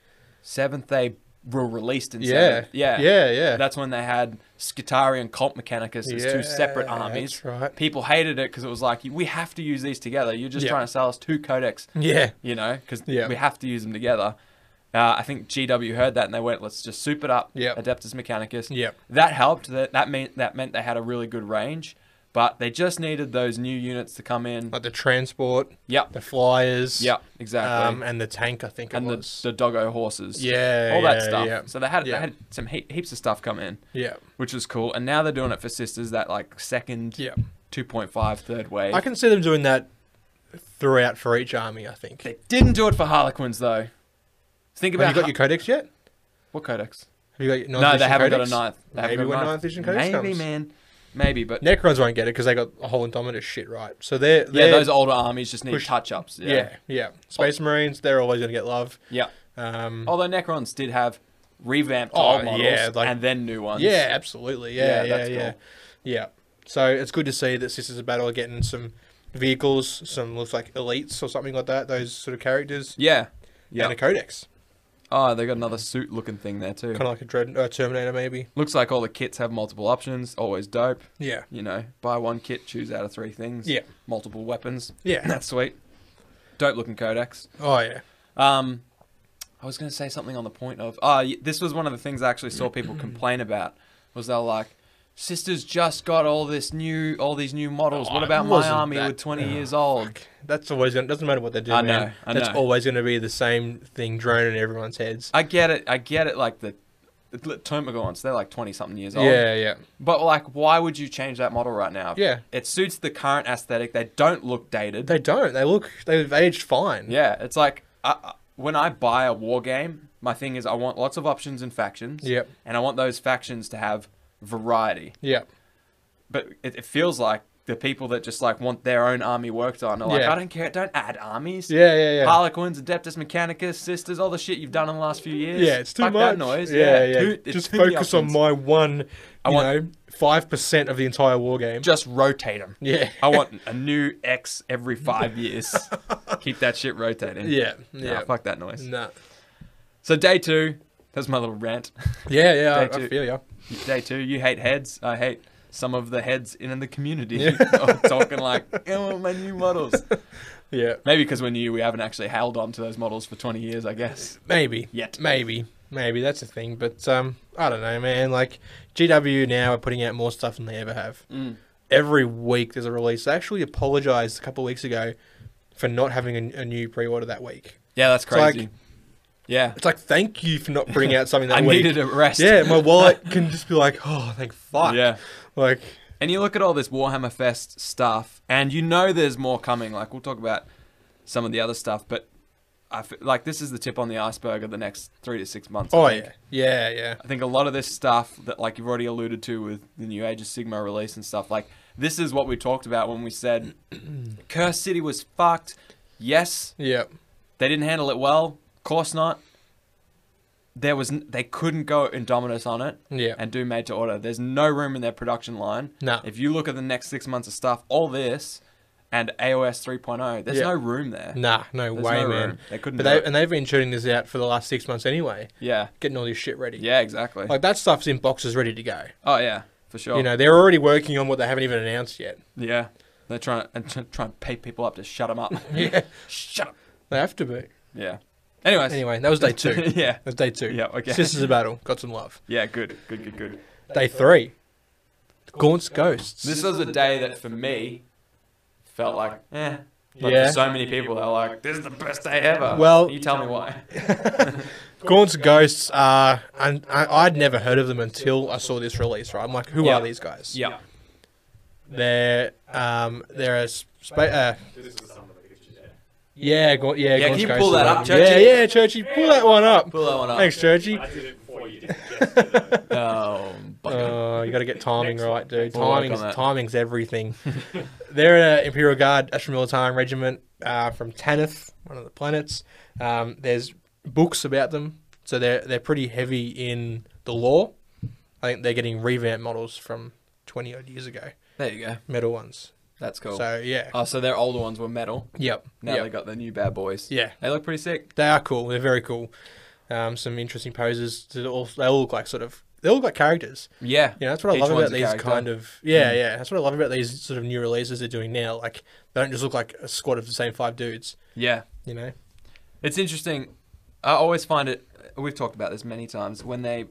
[SPEAKER 2] Seventh, they were released in
[SPEAKER 1] Yeah.
[SPEAKER 2] seventh. Yeah.
[SPEAKER 1] Yeah. Yeah.
[SPEAKER 2] That's when they had Skitari and Cult Mechanicus as
[SPEAKER 1] Yeah,
[SPEAKER 2] two separate armies.
[SPEAKER 1] that's right.
[SPEAKER 2] People hated it because it was like, we have to use these together. You're just
[SPEAKER 1] Yeah.
[SPEAKER 2] trying to sell us two codecs,
[SPEAKER 1] yeah.
[SPEAKER 2] you know, because
[SPEAKER 1] Yeah.
[SPEAKER 2] we have to use them together. Uh, I think GW heard that and they went, let's just soup it up.
[SPEAKER 1] Yep.
[SPEAKER 2] Adeptus Mechanicus.
[SPEAKER 1] Yep.
[SPEAKER 2] That helped. That that meant that meant they had a really good range, but they just needed those new units to come in.
[SPEAKER 1] Like the transport,
[SPEAKER 2] Yep.
[SPEAKER 1] the flyers.
[SPEAKER 2] Yep. Exactly.
[SPEAKER 1] Um, and the tank, I think it
[SPEAKER 2] and the,
[SPEAKER 1] was.
[SPEAKER 2] the doggo horses.
[SPEAKER 1] yeah.
[SPEAKER 2] All that
[SPEAKER 1] yeah,
[SPEAKER 2] stuff.
[SPEAKER 1] Yeah.
[SPEAKER 2] So they had
[SPEAKER 1] Yeah.
[SPEAKER 2] they had some he- heaps of stuff come in,
[SPEAKER 1] yeah.
[SPEAKER 2] which was cool. And now they're doing it for sisters that like second
[SPEAKER 1] Yeah.
[SPEAKER 2] 2.5 third wave.
[SPEAKER 1] I can see them doing that throughout for each army, I think.
[SPEAKER 2] They didn't do it for Harlequins though. Think
[SPEAKER 1] Have
[SPEAKER 2] about
[SPEAKER 1] you got
[SPEAKER 2] Har-
[SPEAKER 1] your codex yet?
[SPEAKER 2] what codex?
[SPEAKER 1] Have you got your ninth
[SPEAKER 2] No, they
[SPEAKER 1] edition
[SPEAKER 2] haven't
[SPEAKER 1] codex?
[SPEAKER 2] got a ninth. They haven't
[SPEAKER 1] Maybe
[SPEAKER 2] got
[SPEAKER 1] when
[SPEAKER 2] a
[SPEAKER 1] ninth edition codex
[SPEAKER 2] Maybe,
[SPEAKER 1] comes.
[SPEAKER 2] man. Maybe, but
[SPEAKER 1] Necrons won't get it because they got a whole Indominus shit right. So they're,
[SPEAKER 2] yeah,
[SPEAKER 1] they're
[SPEAKER 2] those older armies just need
[SPEAKER 1] Push-
[SPEAKER 2] touch ups.
[SPEAKER 1] yeah. yeah, Space Marines, they're always going to get love.
[SPEAKER 2] yeah.
[SPEAKER 1] Um,
[SPEAKER 2] Although Necrons did have revamped
[SPEAKER 1] Oh,
[SPEAKER 2] old models
[SPEAKER 1] yeah, like-
[SPEAKER 2] and then new ones.
[SPEAKER 1] yeah, absolutely.
[SPEAKER 2] Yeah,
[SPEAKER 1] Yeah, yeah, yeah,
[SPEAKER 2] that's
[SPEAKER 1] yeah.
[SPEAKER 2] cool.
[SPEAKER 1] So it's good to see that Sisters of Battle are getting some vehicles, some looks like elites or something like that. Those sort of characters.
[SPEAKER 2] Yeah. Yeah.
[SPEAKER 1] And a codex,
[SPEAKER 2] Oh, they got another suit looking thing there too.
[SPEAKER 1] kind of like a Dread uh, Terminator, maybe.
[SPEAKER 2] Looks like all the kits have multiple options. Always dope.
[SPEAKER 1] Yeah.
[SPEAKER 2] You know, buy one kit, choose out of three things.
[SPEAKER 1] Yeah.
[SPEAKER 2] Multiple weapons.
[SPEAKER 1] Yeah.
[SPEAKER 2] That's sweet. Dope looking codex.
[SPEAKER 1] Oh yeah.
[SPEAKER 2] Um, I was going to say something on the point of. Uh, y- this was one of the things I actually saw people complain about. Was they were like, "Sisters just got all this new, all these new models. what
[SPEAKER 1] Oh,
[SPEAKER 2] about
[SPEAKER 1] it
[SPEAKER 2] my
[SPEAKER 1] wasn't
[SPEAKER 2] army
[SPEAKER 1] that-
[SPEAKER 2] with twenty years old?"
[SPEAKER 1] That's always gonna, doesn't matter what they do.
[SPEAKER 2] I
[SPEAKER 1] man.
[SPEAKER 2] know, I
[SPEAKER 1] That's
[SPEAKER 2] know.
[SPEAKER 1] always going to be the same thing droning in everyone's heads.
[SPEAKER 2] I get it. I get it. Like the. the Termagants, they're like 20 something years old.
[SPEAKER 1] Yeah, yeah.
[SPEAKER 2] But, like, why would you change that model right now?
[SPEAKER 1] Yeah.
[SPEAKER 2] It suits the current aesthetic. They don't look dated.
[SPEAKER 1] They don't. They look. They've aged fine.
[SPEAKER 2] Yeah, it's like I, I- when I buy a war game, my thing is I want lots of options and factions.
[SPEAKER 1] Yep.
[SPEAKER 2] And I want those factions to have variety.
[SPEAKER 1] Yeah.
[SPEAKER 2] But it, it feels like the people that just like want their own army worked on are like,
[SPEAKER 1] Yeah.
[SPEAKER 2] I don't care, don't add armies.
[SPEAKER 1] Yeah. Yeah. Yeah.
[SPEAKER 2] Harlequins, Adeptus Mechanicus, Sisters, all the shit you've done in the last few years.
[SPEAKER 1] yeah, it's too
[SPEAKER 2] Fuck
[SPEAKER 1] much.
[SPEAKER 2] that noise.
[SPEAKER 1] Yeah, yeah.
[SPEAKER 2] Too- it's
[SPEAKER 1] Just
[SPEAKER 2] too many
[SPEAKER 1] focus on
[SPEAKER 2] options.
[SPEAKER 1] my one,
[SPEAKER 2] I
[SPEAKER 1] you
[SPEAKER 2] want-
[SPEAKER 1] know, five percent of the entire war game.
[SPEAKER 2] Just rotate them.
[SPEAKER 1] yeah,
[SPEAKER 2] I want a new X every five years. Keep that shit rotating.
[SPEAKER 1] yeah,
[SPEAKER 2] Nah,
[SPEAKER 1] yeah.
[SPEAKER 2] fuck that noise.
[SPEAKER 1] Nah.
[SPEAKER 2] So day two, that's my little rant.
[SPEAKER 1] Yeah, yeah. I,
[SPEAKER 2] Day two.
[SPEAKER 1] I feel you.
[SPEAKER 2] Day two, you hate heads. I hate some of the heads in the community
[SPEAKER 1] Yeah.
[SPEAKER 2] talking like, I want my new models.
[SPEAKER 1] Yeah,
[SPEAKER 2] Maybe because we're new, we haven't actually held on to those models for 20 years, I guess.
[SPEAKER 1] maybe.
[SPEAKER 2] Yet.
[SPEAKER 1] Maybe, maybe that's the thing. But um, I don't know, man. Like GW now are putting out more stuff than they ever have.
[SPEAKER 2] Mm.
[SPEAKER 1] Every week there's a release. They actually apologized a couple of weeks ago for not having a, a new pre-order that week.
[SPEAKER 2] Yeah, that's
[SPEAKER 1] like-
[SPEAKER 2] crazy. yeah.
[SPEAKER 1] It's like thank you for not bringing out something that
[SPEAKER 2] I
[SPEAKER 1] week.
[SPEAKER 2] needed a rest.
[SPEAKER 1] yeah, my wallet can just be like, oh, thank fuck.
[SPEAKER 2] Yeah.
[SPEAKER 1] like
[SPEAKER 2] And you look at all this Warhammer Fest stuff, and you know there's more coming. Like, we'll talk about some of the other stuff, but I f- like this is the tip on the iceberg of the next three to six months. I
[SPEAKER 1] Oh
[SPEAKER 2] think.
[SPEAKER 1] yeah, yeah, yeah,
[SPEAKER 2] I think a lot of this stuff that like you've already alluded to with the new Age of Sigma release and stuff like this is what we talked about when we said Curse City was fucked. Yes,
[SPEAKER 1] yeah,
[SPEAKER 2] they didn't handle it well. Of course not. There was n- they couldn't go Indominus on it
[SPEAKER 1] yeah.
[SPEAKER 2] and do made to order. There's no room in their production line.
[SPEAKER 1] No.
[SPEAKER 2] If you look at the next 6 months of stuff, all this and AOS 3.0, oh, there's
[SPEAKER 1] Yeah.
[SPEAKER 2] no room there.
[SPEAKER 1] nah, no
[SPEAKER 2] There's
[SPEAKER 1] way,
[SPEAKER 2] no
[SPEAKER 1] man.
[SPEAKER 2] room. They couldn't
[SPEAKER 1] But
[SPEAKER 2] do
[SPEAKER 1] they
[SPEAKER 2] it.
[SPEAKER 1] and they've been shooting this out for the last six months anyway,
[SPEAKER 2] Yeah.
[SPEAKER 1] getting all this shit ready.
[SPEAKER 2] Yeah, exactly.
[SPEAKER 1] like that stuff's in boxes ready to go.
[SPEAKER 2] oh yeah, for sure.
[SPEAKER 1] You know, they're already working on what they haven't even announced yet.
[SPEAKER 2] Yeah. They're trying to, and try try and pay people up to shut them up.
[SPEAKER 1] Yeah,
[SPEAKER 2] Shut up.
[SPEAKER 1] they have to be.
[SPEAKER 2] Yeah. Anyways.
[SPEAKER 1] Anyway, that was day two. That
[SPEAKER 2] yeah.
[SPEAKER 1] was day two.
[SPEAKER 2] Yeah, okay.
[SPEAKER 1] Sisters of Battle got some love.
[SPEAKER 2] Yeah, good. Good, good, good.
[SPEAKER 1] Day three, Gaunt's Ghosts.
[SPEAKER 2] This was a day that for me felt like, eh. But
[SPEAKER 1] Yeah.
[SPEAKER 2] for so many people, they're like, this is the best day ever.
[SPEAKER 1] Well-
[SPEAKER 2] you tell me why.
[SPEAKER 1] Gaunt's Ghosts are, and I, I'd never heard of them until I saw this release. Right, I'm like, who
[SPEAKER 2] Yeah.
[SPEAKER 1] are these guys?
[SPEAKER 2] Yeah.
[SPEAKER 1] They're um, they're a spa- uh,
[SPEAKER 5] This is some of the pictures, yeah.
[SPEAKER 1] Yeah, go, yeah,
[SPEAKER 2] Yeah,
[SPEAKER 1] go
[SPEAKER 2] can
[SPEAKER 1] on,
[SPEAKER 2] you
[SPEAKER 1] go
[SPEAKER 2] pull that up,
[SPEAKER 1] Stallone. Yeah, yeah, Churchy, pull that one up.
[SPEAKER 2] Pull that one up.
[SPEAKER 1] Thanks, Churchy.
[SPEAKER 5] I did it before you did. Yes, did I?
[SPEAKER 2] Oh, bugger.
[SPEAKER 1] Oh, you got to get timing
[SPEAKER 5] Next
[SPEAKER 1] right, dude.
[SPEAKER 2] We'll work on
[SPEAKER 1] Timing's
[SPEAKER 2] that.
[SPEAKER 1] timing's everything. They're an Imperial Guard Ashramilitarian regiment uh, from Tanith, one of the planets. Um, there's books about them, so they're they're pretty heavy in the lore. I think they're getting revamped models from twenty odd years ago,
[SPEAKER 2] there you go.
[SPEAKER 1] metal ones.
[SPEAKER 2] That's cool.
[SPEAKER 1] So yeah,
[SPEAKER 2] oh, so their older ones were metal.
[SPEAKER 1] yep,
[SPEAKER 2] Now
[SPEAKER 1] yep.
[SPEAKER 2] they got the new bad boys.
[SPEAKER 1] yeah.
[SPEAKER 2] They look pretty sick.
[SPEAKER 1] They are cool. They're very cool. Um, some interesting poses. They all, they all look like sort of. They all look like characters.
[SPEAKER 2] Yeah.
[SPEAKER 1] You know, that's what I
[SPEAKER 2] Each
[SPEAKER 1] love
[SPEAKER 2] one's
[SPEAKER 1] about
[SPEAKER 2] a
[SPEAKER 1] these
[SPEAKER 2] character.
[SPEAKER 1] kind of. Yeah, yeah. That's what I love about these sort of new releases they're doing now. Like they don't just look like a squad of the same five dudes.
[SPEAKER 2] Yeah.
[SPEAKER 1] You know.
[SPEAKER 2] It's interesting. I always find it. We've talked about this many times when they,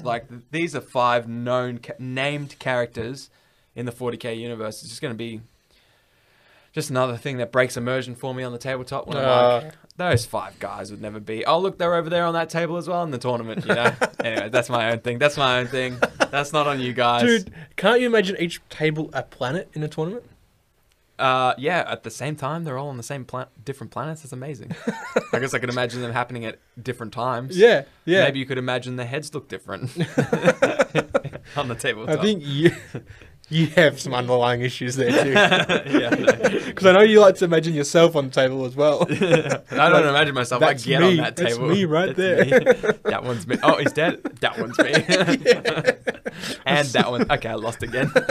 [SPEAKER 2] like, these are five known ca- named characters in the 40k universe. It's just going to be just another thing that breaks immersion for me on the tabletop. When I'm
[SPEAKER 1] Uh.
[SPEAKER 2] like, those five guys would never be. Oh, look, they're over there on that table as well in the tournament. You know. anyway, that's my own thing. That's my own thing. That's not on you guys.
[SPEAKER 1] Dude, can't you imagine each table a planet in a tournament?
[SPEAKER 2] Uh, yeah, at the same time, they're all on the same plan- different planets. It's amazing. I guess I could imagine them happening at different times.
[SPEAKER 1] Yeah, yeah.
[SPEAKER 2] Maybe you could imagine the heads look different on
[SPEAKER 1] I
[SPEAKER 2] the tabletop.
[SPEAKER 1] think you you have some underlying issues there too,
[SPEAKER 2] yeah, I know.
[SPEAKER 1] because I know you like to imagine yourself on the table as well.
[SPEAKER 2] I don't imagine myself.
[SPEAKER 1] That's
[SPEAKER 2] I get
[SPEAKER 1] me.
[SPEAKER 2] on that
[SPEAKER 1] That's
[SPEAKER 2] table.
[SPEAKER 1] me right
[SPEAKER 2] there. That one's me. Oh, he's dead. That one's me. and that one. Okay, I lost again.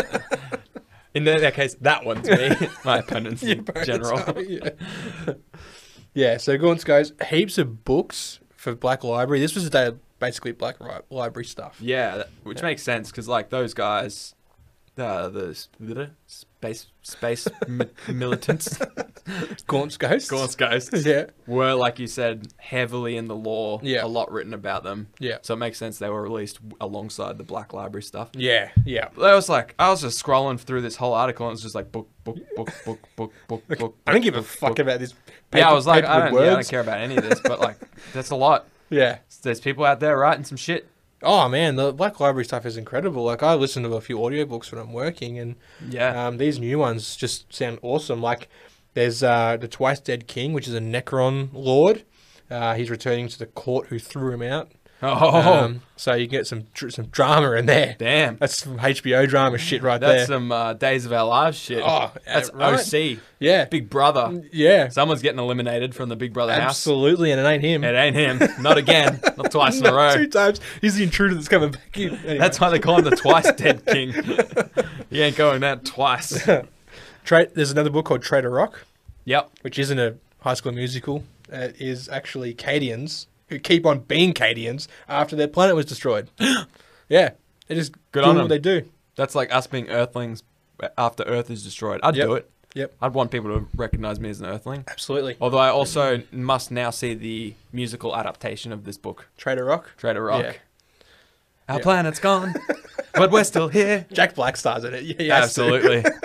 [SPEAKER 2] In that that case, that one's me. My opponent's
[SPEAKER 1] Your
[SPEAKER 2] in
[SPEAKER 1] parents
[SPEAKER 2] general.
[SPEAKER 1] are, yeah. yeah, so Gaunt's goes heaps of books for Black Library. This was a day of basically Black Ri- Library stuff.
[SPEAKER 2] Yeah, that- which makes sense because like those guys, uh, the s- the space space mi- militants,
[SPEAKER 1] Gaunt's Ghosts.
[SPEAKER 2] Gaunt's ghosts,
[SPEAKER 1] Yeah.
[SPEAKER 2] were like you said heavily in the lore.
[SPEAKER 1] Yeah.
[SPEAKER 2] a lot written about them.
[SPEAKER 1] Yeah.
[SPEAKER 2] so it makes sense they were released w- alongside the Black Library stuff.
[SPEAKER 1] Yeah, yeah.
[SPEAKER 2] I was like, I was just scrolling through this whole article and it was just like book, book, book, book, book, book, book.
[SPEAKER 1] I don't give a
[SPEAKER 2] book,
[SPEAKER 1] fuck
[SPEAKER 2] book.
[SPEAKER 1] about this.
[SPEAKER 2] yeah, I was like,
[SPEAKER 1] paper
[SPEAKER 2] I
[SPEAKER 1] with
[SPEAKER 2] don't, yeah, I don't
[SPEAKER 1] words.
[SPEAKER 2] care about any of this, but like, that's a lot.
[SPEAKER 1] Yeah.
[SPEAKER 2] There's people out there writing some shit.
[SPEAKER 1] Oh man, the Black Library stuff is incredible. Like I listen to a few audiobooks when I'm working, and
[SPEAKER 2] Yeah.
[SPEAKER 1] um, these new ones just sound awesome. Like there's uh, the Twice Dead King, which is a Necron Lord. Uh, he's returning to the court who threw him out.
[SPEAKER 2] oh,
[SPEAKER 1] Um, so you get some dr- some drama in there.
[SPEAKER 2] damn.
[SPEAKER 1] That's some HBO drama shit right
[SPEAKER 2] That's
[SPEAKER 1] there.
[SPEAKER 2] some uh, Days of Our Lives shit.
[SPEAKER 1] Oh,
[SPEAKER 2] that's
[SPEAKER 1] right. Mm.
[SPEAKER 2] OC.
[SPEAKER 1] yeah,
[SPEAKER 2] Big Brother.
[SPEAKER 1] yeah,
[SPEAKER 2] Someone's getting eliminated from the Big Brother
[SPEAKER 1] absolutely, and it ain't him.
[SPEAKER 2] house. It ain't him. Not again. Not twice in a row.
[SPEAKER 1] Two times he's the intruder that's coming back in. Anyway.
[SPEAKER 2] That's why they call him the Twice Dead King. he ain't going out twice.
[SPEAKER 1] Tra- there's another book called Trader Rock,
[SPEAKER 2] yep.
[SPEAKER 1] which isn't a High School Musical. Uh, It is actually Cadians who keep on being Cadians after their planet was destroyed. yeah, they just
[SPEAKER 2] Good
[SPEAKER 1] do
[SPEAKER 2] on
[SPEAKER 1] what
[SPEAKER 2] them.
[SPEAKER 1] they do.
[SPEAKER 2] That's like us being Earthlings after Earth is destroyed. I'd
[SPEAKER 1] Yep.
[SPEAKER 2] do it.
[SPEAKER 1] Yep.
[SPEAKER 2] I'd want people to recognize me as an Earthling.
[SPEAKER 1] Absolutely,
[SPEAKER 2] Although I also must now see the musical adaptation of this book,
[SPEAKER 1] Trader Rock.
[SPEAKER 2] Trader Rock.
[SPEAKER 1] Yeah.
[SPEAKER 2] Our
[SPEAKER 1] Yeah.
[SPEAKER 2] planet's gone, but we're still here.
[SPEAKER 1] Jack Black stars in it. Yeah, he has to.
[SPEAKER 2] Absolutely.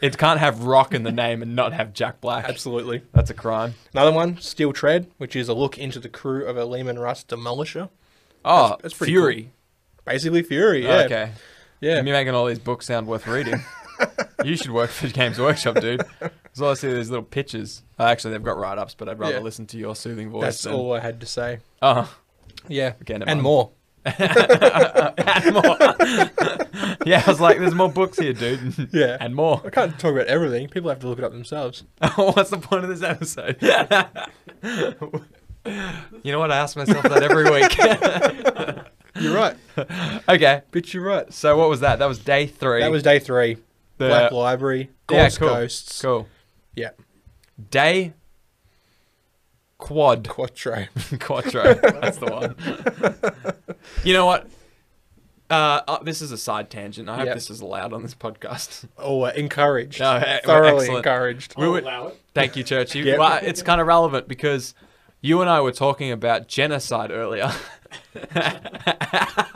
[SPEAKER 2] it can't have rock in the name and not have Jack Black.
[SPEAKER 1] absolutely.
[SPEAKER 2] That's a crime.
[SPEAKER 1] Another one, Steel Tread, which is a look into the crew of a Lehman Russ demolisher.
[SPEAKER 2] Oh,
[SPEAKER 1] that's pretty
[SPEAKER 2] Fury.
[SPEAKER 1] Basically, Fury. Yeah.
[SPEAKER 2] Okay.
[SPEAKER 1] Yeah.
[SPEAKER 2] You're making all these books sound worth reading. you should work for Games Workshop, dude. Because all I see are these little pictures. Uh, actually, they've got write ups, but I'd rather
[SPEAKER 1] Yeah.
[SPEAKER 2] listen to your soothing voice.
[SPEAKER 1] That's
[SPEAKER 2] than-
[SPEAKER 1] all I had to say.
[SPEAKER 2] Oh,
[SPEAKER 1] Yeah.
[SPEAKER 2] Okay, never
[SPEAKER 1] and
[SPEAKER 2] mind.
[SPEAKER 1] more.
[SPEAKER 2] and more. yeah, I was like, there's more books here, dude.
[SPEAKER 1] Yeah.
[SPEAKER 2] and more.
[SPEAKER 1] I can't talk about everything. People have to look it up themselves.
[SPEAKER 2] What's the point of this episode? you know what? I ask myself that every week.
[SPEAKER 1] You're right.
[SPEAKER 2] okay,
[SPEAKER 1] Bitch, you're right.
[SPEAKER 2] so what was that? That was day three.
[SPEAKER 1] That was day three.
[SPEAKER 2] The-
[SPEAKER 1] Black Library.
[SPEAKER 2] Yeah,
[SPEAKER 1] Ghost
[SPEAKER 2] cool.
[SPEAKER 1] Ghosts.
[SPEAKER 2] cool.
[SPEAKER 1] Yeah.
[SPEAKER 2] Day quad
[SPEAKER 1] Quattro.
[SPEAKER 2] quattro. That's the one. you know what? Uh, uh, this is a side tangent. I hope
[SPEAKER 1] Yep.
[SPEAKER 2] this is allowed on this podcast.
[SPEAKER 1] Oh, uh, encouraged.
[SPEAKER 2] No, eh,
[SPEAKER 1] Thoroughly
[SPEAKER 2] excellent.
[SPEAKER 1] encouraged.
[SPEAKER 2] We
[SPEAKER 5] I'll
[SPEAKER 2] were-
[SPEAKER 5] allow it.
[SPEAKER 2] Thank you, Churchy.
[SPEAKER 1] Yep.
[SPEAKER 2] Well, it's kind of relevant because you and I were talking about genocide earlier.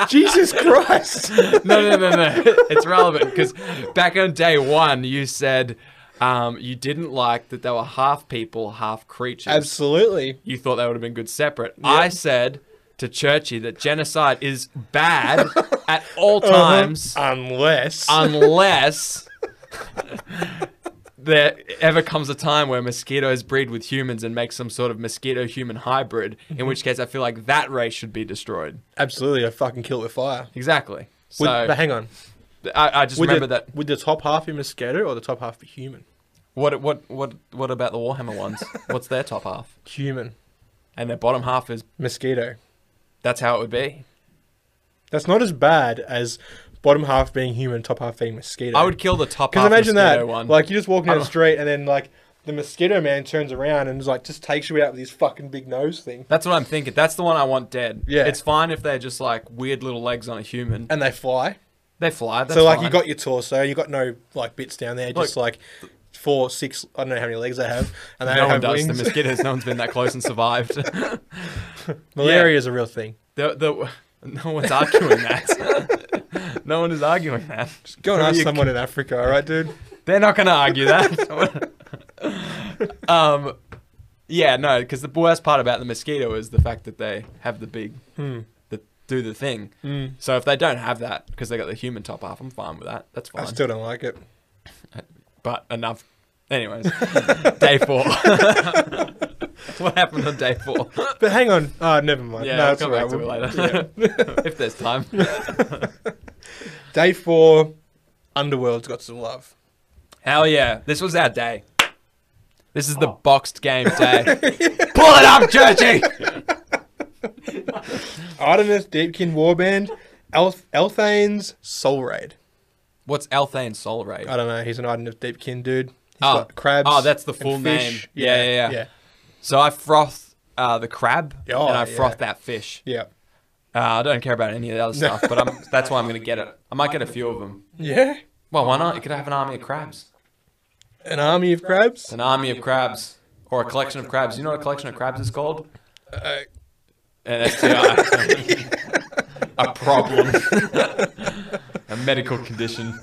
[SPEAKER 1] Jesus Christ.
[SPEAKER 2] no, no, no, no. It's relevant because back on day one, you said um, you didn't like that they were half people, half creatures.
[SPEAKER 1] Absolutely.
[SPEAKER 2] You thought they would have been good separate. I said to Churchy that genocide is bad at all times
[SPEAKER 1] Unless.
[SPEAKER 2] unless there ever comes a time where mosquitoes breed with humans and make some sort of mosquito human hybrid,
[SPEAKER 1] Mm-hmm.
[SPEAKER 2] in which case I feel like that race should be destroyed.
[SPEAKER 1] absolutely, I fucking kill it with fire.
[SPEAKER 2] Exactly. So
[SPEAKER 1] Would- but hang on.
[SPEAKER 2] I, I just
[SPEAKER 1] Would
[SPEAKER 2] remember
[SPEAKER 1] the,
[SPEAKER 2] that.
[SPEAKER 1] Would the top half be mosquito or the top half be human?
[SPEAKER 2] What what what what about the Warhammer ones? What's their top half?
[SPEAKER 1] Human.
[SPEAKER 2] And their bottom half is
[SPEAKER 1] Mosquito.
[SPEAKER 2] that's how it would be.
[SPEAKER 1] That's not as bad as bottom half being human, top half being mosquito.
[SPEAKER 2] I would kill the top
[SPEAKER 1] Because
[SPEAKER 2] half
[SPEAKER 1] imagine
[SPEAKER 2] mosquito
[SPEAKER 1] that.
[SPEAKER 2] one.
[SPEAKER 1] Like, you just walk down the
[SPEAKER 2] don't-
[SPEAKER 1] street and then, like, the mosquito man turns around and is like, just takes you out with his fucking big nose thing.
[SPEAKER 2] that's what I'm thinking. That's the one I want dead.
[SPEAKER 1] Yeah.
[SPEAKER 2] It's fine if they're just like weird little legs on a human.
[SPEAKER 1] And they fly.
[SPEAKER 2] They fly. That's
[SPEAKER 1] so, like, you
[SPEAKER 2] fine.
[SPEAKER 1] got your torso, you got no, like, bits down there, just like four, six, I don't know how many legs they have. And they
[SPEAKER 2] no
[SPEAKER 1] don't
[SPEAKER 2] one
[SPEAKER 1] have
[SPEAKER 2] does.
[SPEAKER 1] wings.
[SPEAKER 2] The mosquitoes. No one's been that close and survived. the,
[SPEAKER 1] Malaria is a real thing.
[SPEAKER 2] the, no one's arguing that. no one is arguing that.
[SPEAKER 1] Go and
[SPEAKER 2] Who are
[SPEAKER 1] ask
[SPEAKER 2] you
[SPEAKER 1] someone in Africa, all right, dude?
[SPEAKER 2] They're not going to argue that. um, yeah, no, because the worst part about the mosquito is the fact that they have the big
[SPEAKER 1] Hmm.
[SPEAKER 2] that do the thing.
[SPEAKER 1] Mm.
[SPEAKER 2] So if they don't have that because they got the human top half, I'm fine with that. That's fine.
[SPEAKER 1] I still don't like it.
[SPEAKER 2] but enough Anyways, day four. what happened on day four?
[SPEAKER 1] But hang on. Oh, never mind.
[SPEAKER 2] Yeah,
[SPEAKER 1] no,
[SPEAKER 2] I'll
[SPEAKER 1] it's
[SPEAKER 2] come
[SPEAKER 1] all
[SPEAKER 2] back
[SPEAKER 1] right.
[SPEAKER 2] to it
[SPEAKER 1] We'll-
[SPEAKER 2] later. if there's time.
[SPEAKER 1] Day four, Underworld's got some love.
[SPEAKER 2] Hell yeah. This was our day. This is the
[SPEAKER 1] Oh.
[SPEAKER 2] boxed game day. Pull it up, Churchy!
[SPEAKER 1] Artemis, Deepkin, Warband, Elf, Elthane's Soul Raid.
[SPEAKER 2] What's Althane Soul Raid?
[SPEAKER 1] I don't know. He's an Artemis Deepkin dude. He's
[SPEAKER 2] Oh.
[SPEAKER 1] got crabs.
[SPEAKER 2] Oh, that's the
[SPEAKER 1] and
[SPEAKER 2] full
[SPEAKER 1] fish.
[SPEAKER 2] name. Yeah, yeah, yeah. So I froth uh, the crab
[SPEAKER 1] Oh,
[SPEAKER 2] and I
[SPEAKER 1] yeah.
[SPEAKER 2] froth that fish.
[SPEAKER 1] Yeah.
[SPEAKER 2] Uh, I don't care about any of the other stuff, but I'm, that's why I'm going to get it. I might get a few of them.
[SPEAKER 1] Yeah.
[SPEAKER 2] Well, why not? You could have an army of crabs.
[SPEAKER 1] An army of crabs.
[SPEAKER 2] An army of crabs. Or a collection of crabs. You know what a collection of crabs is called?
[SPEAKER 1] Uh,
[SPEAKER 2] An STI. a problem. a medical condition.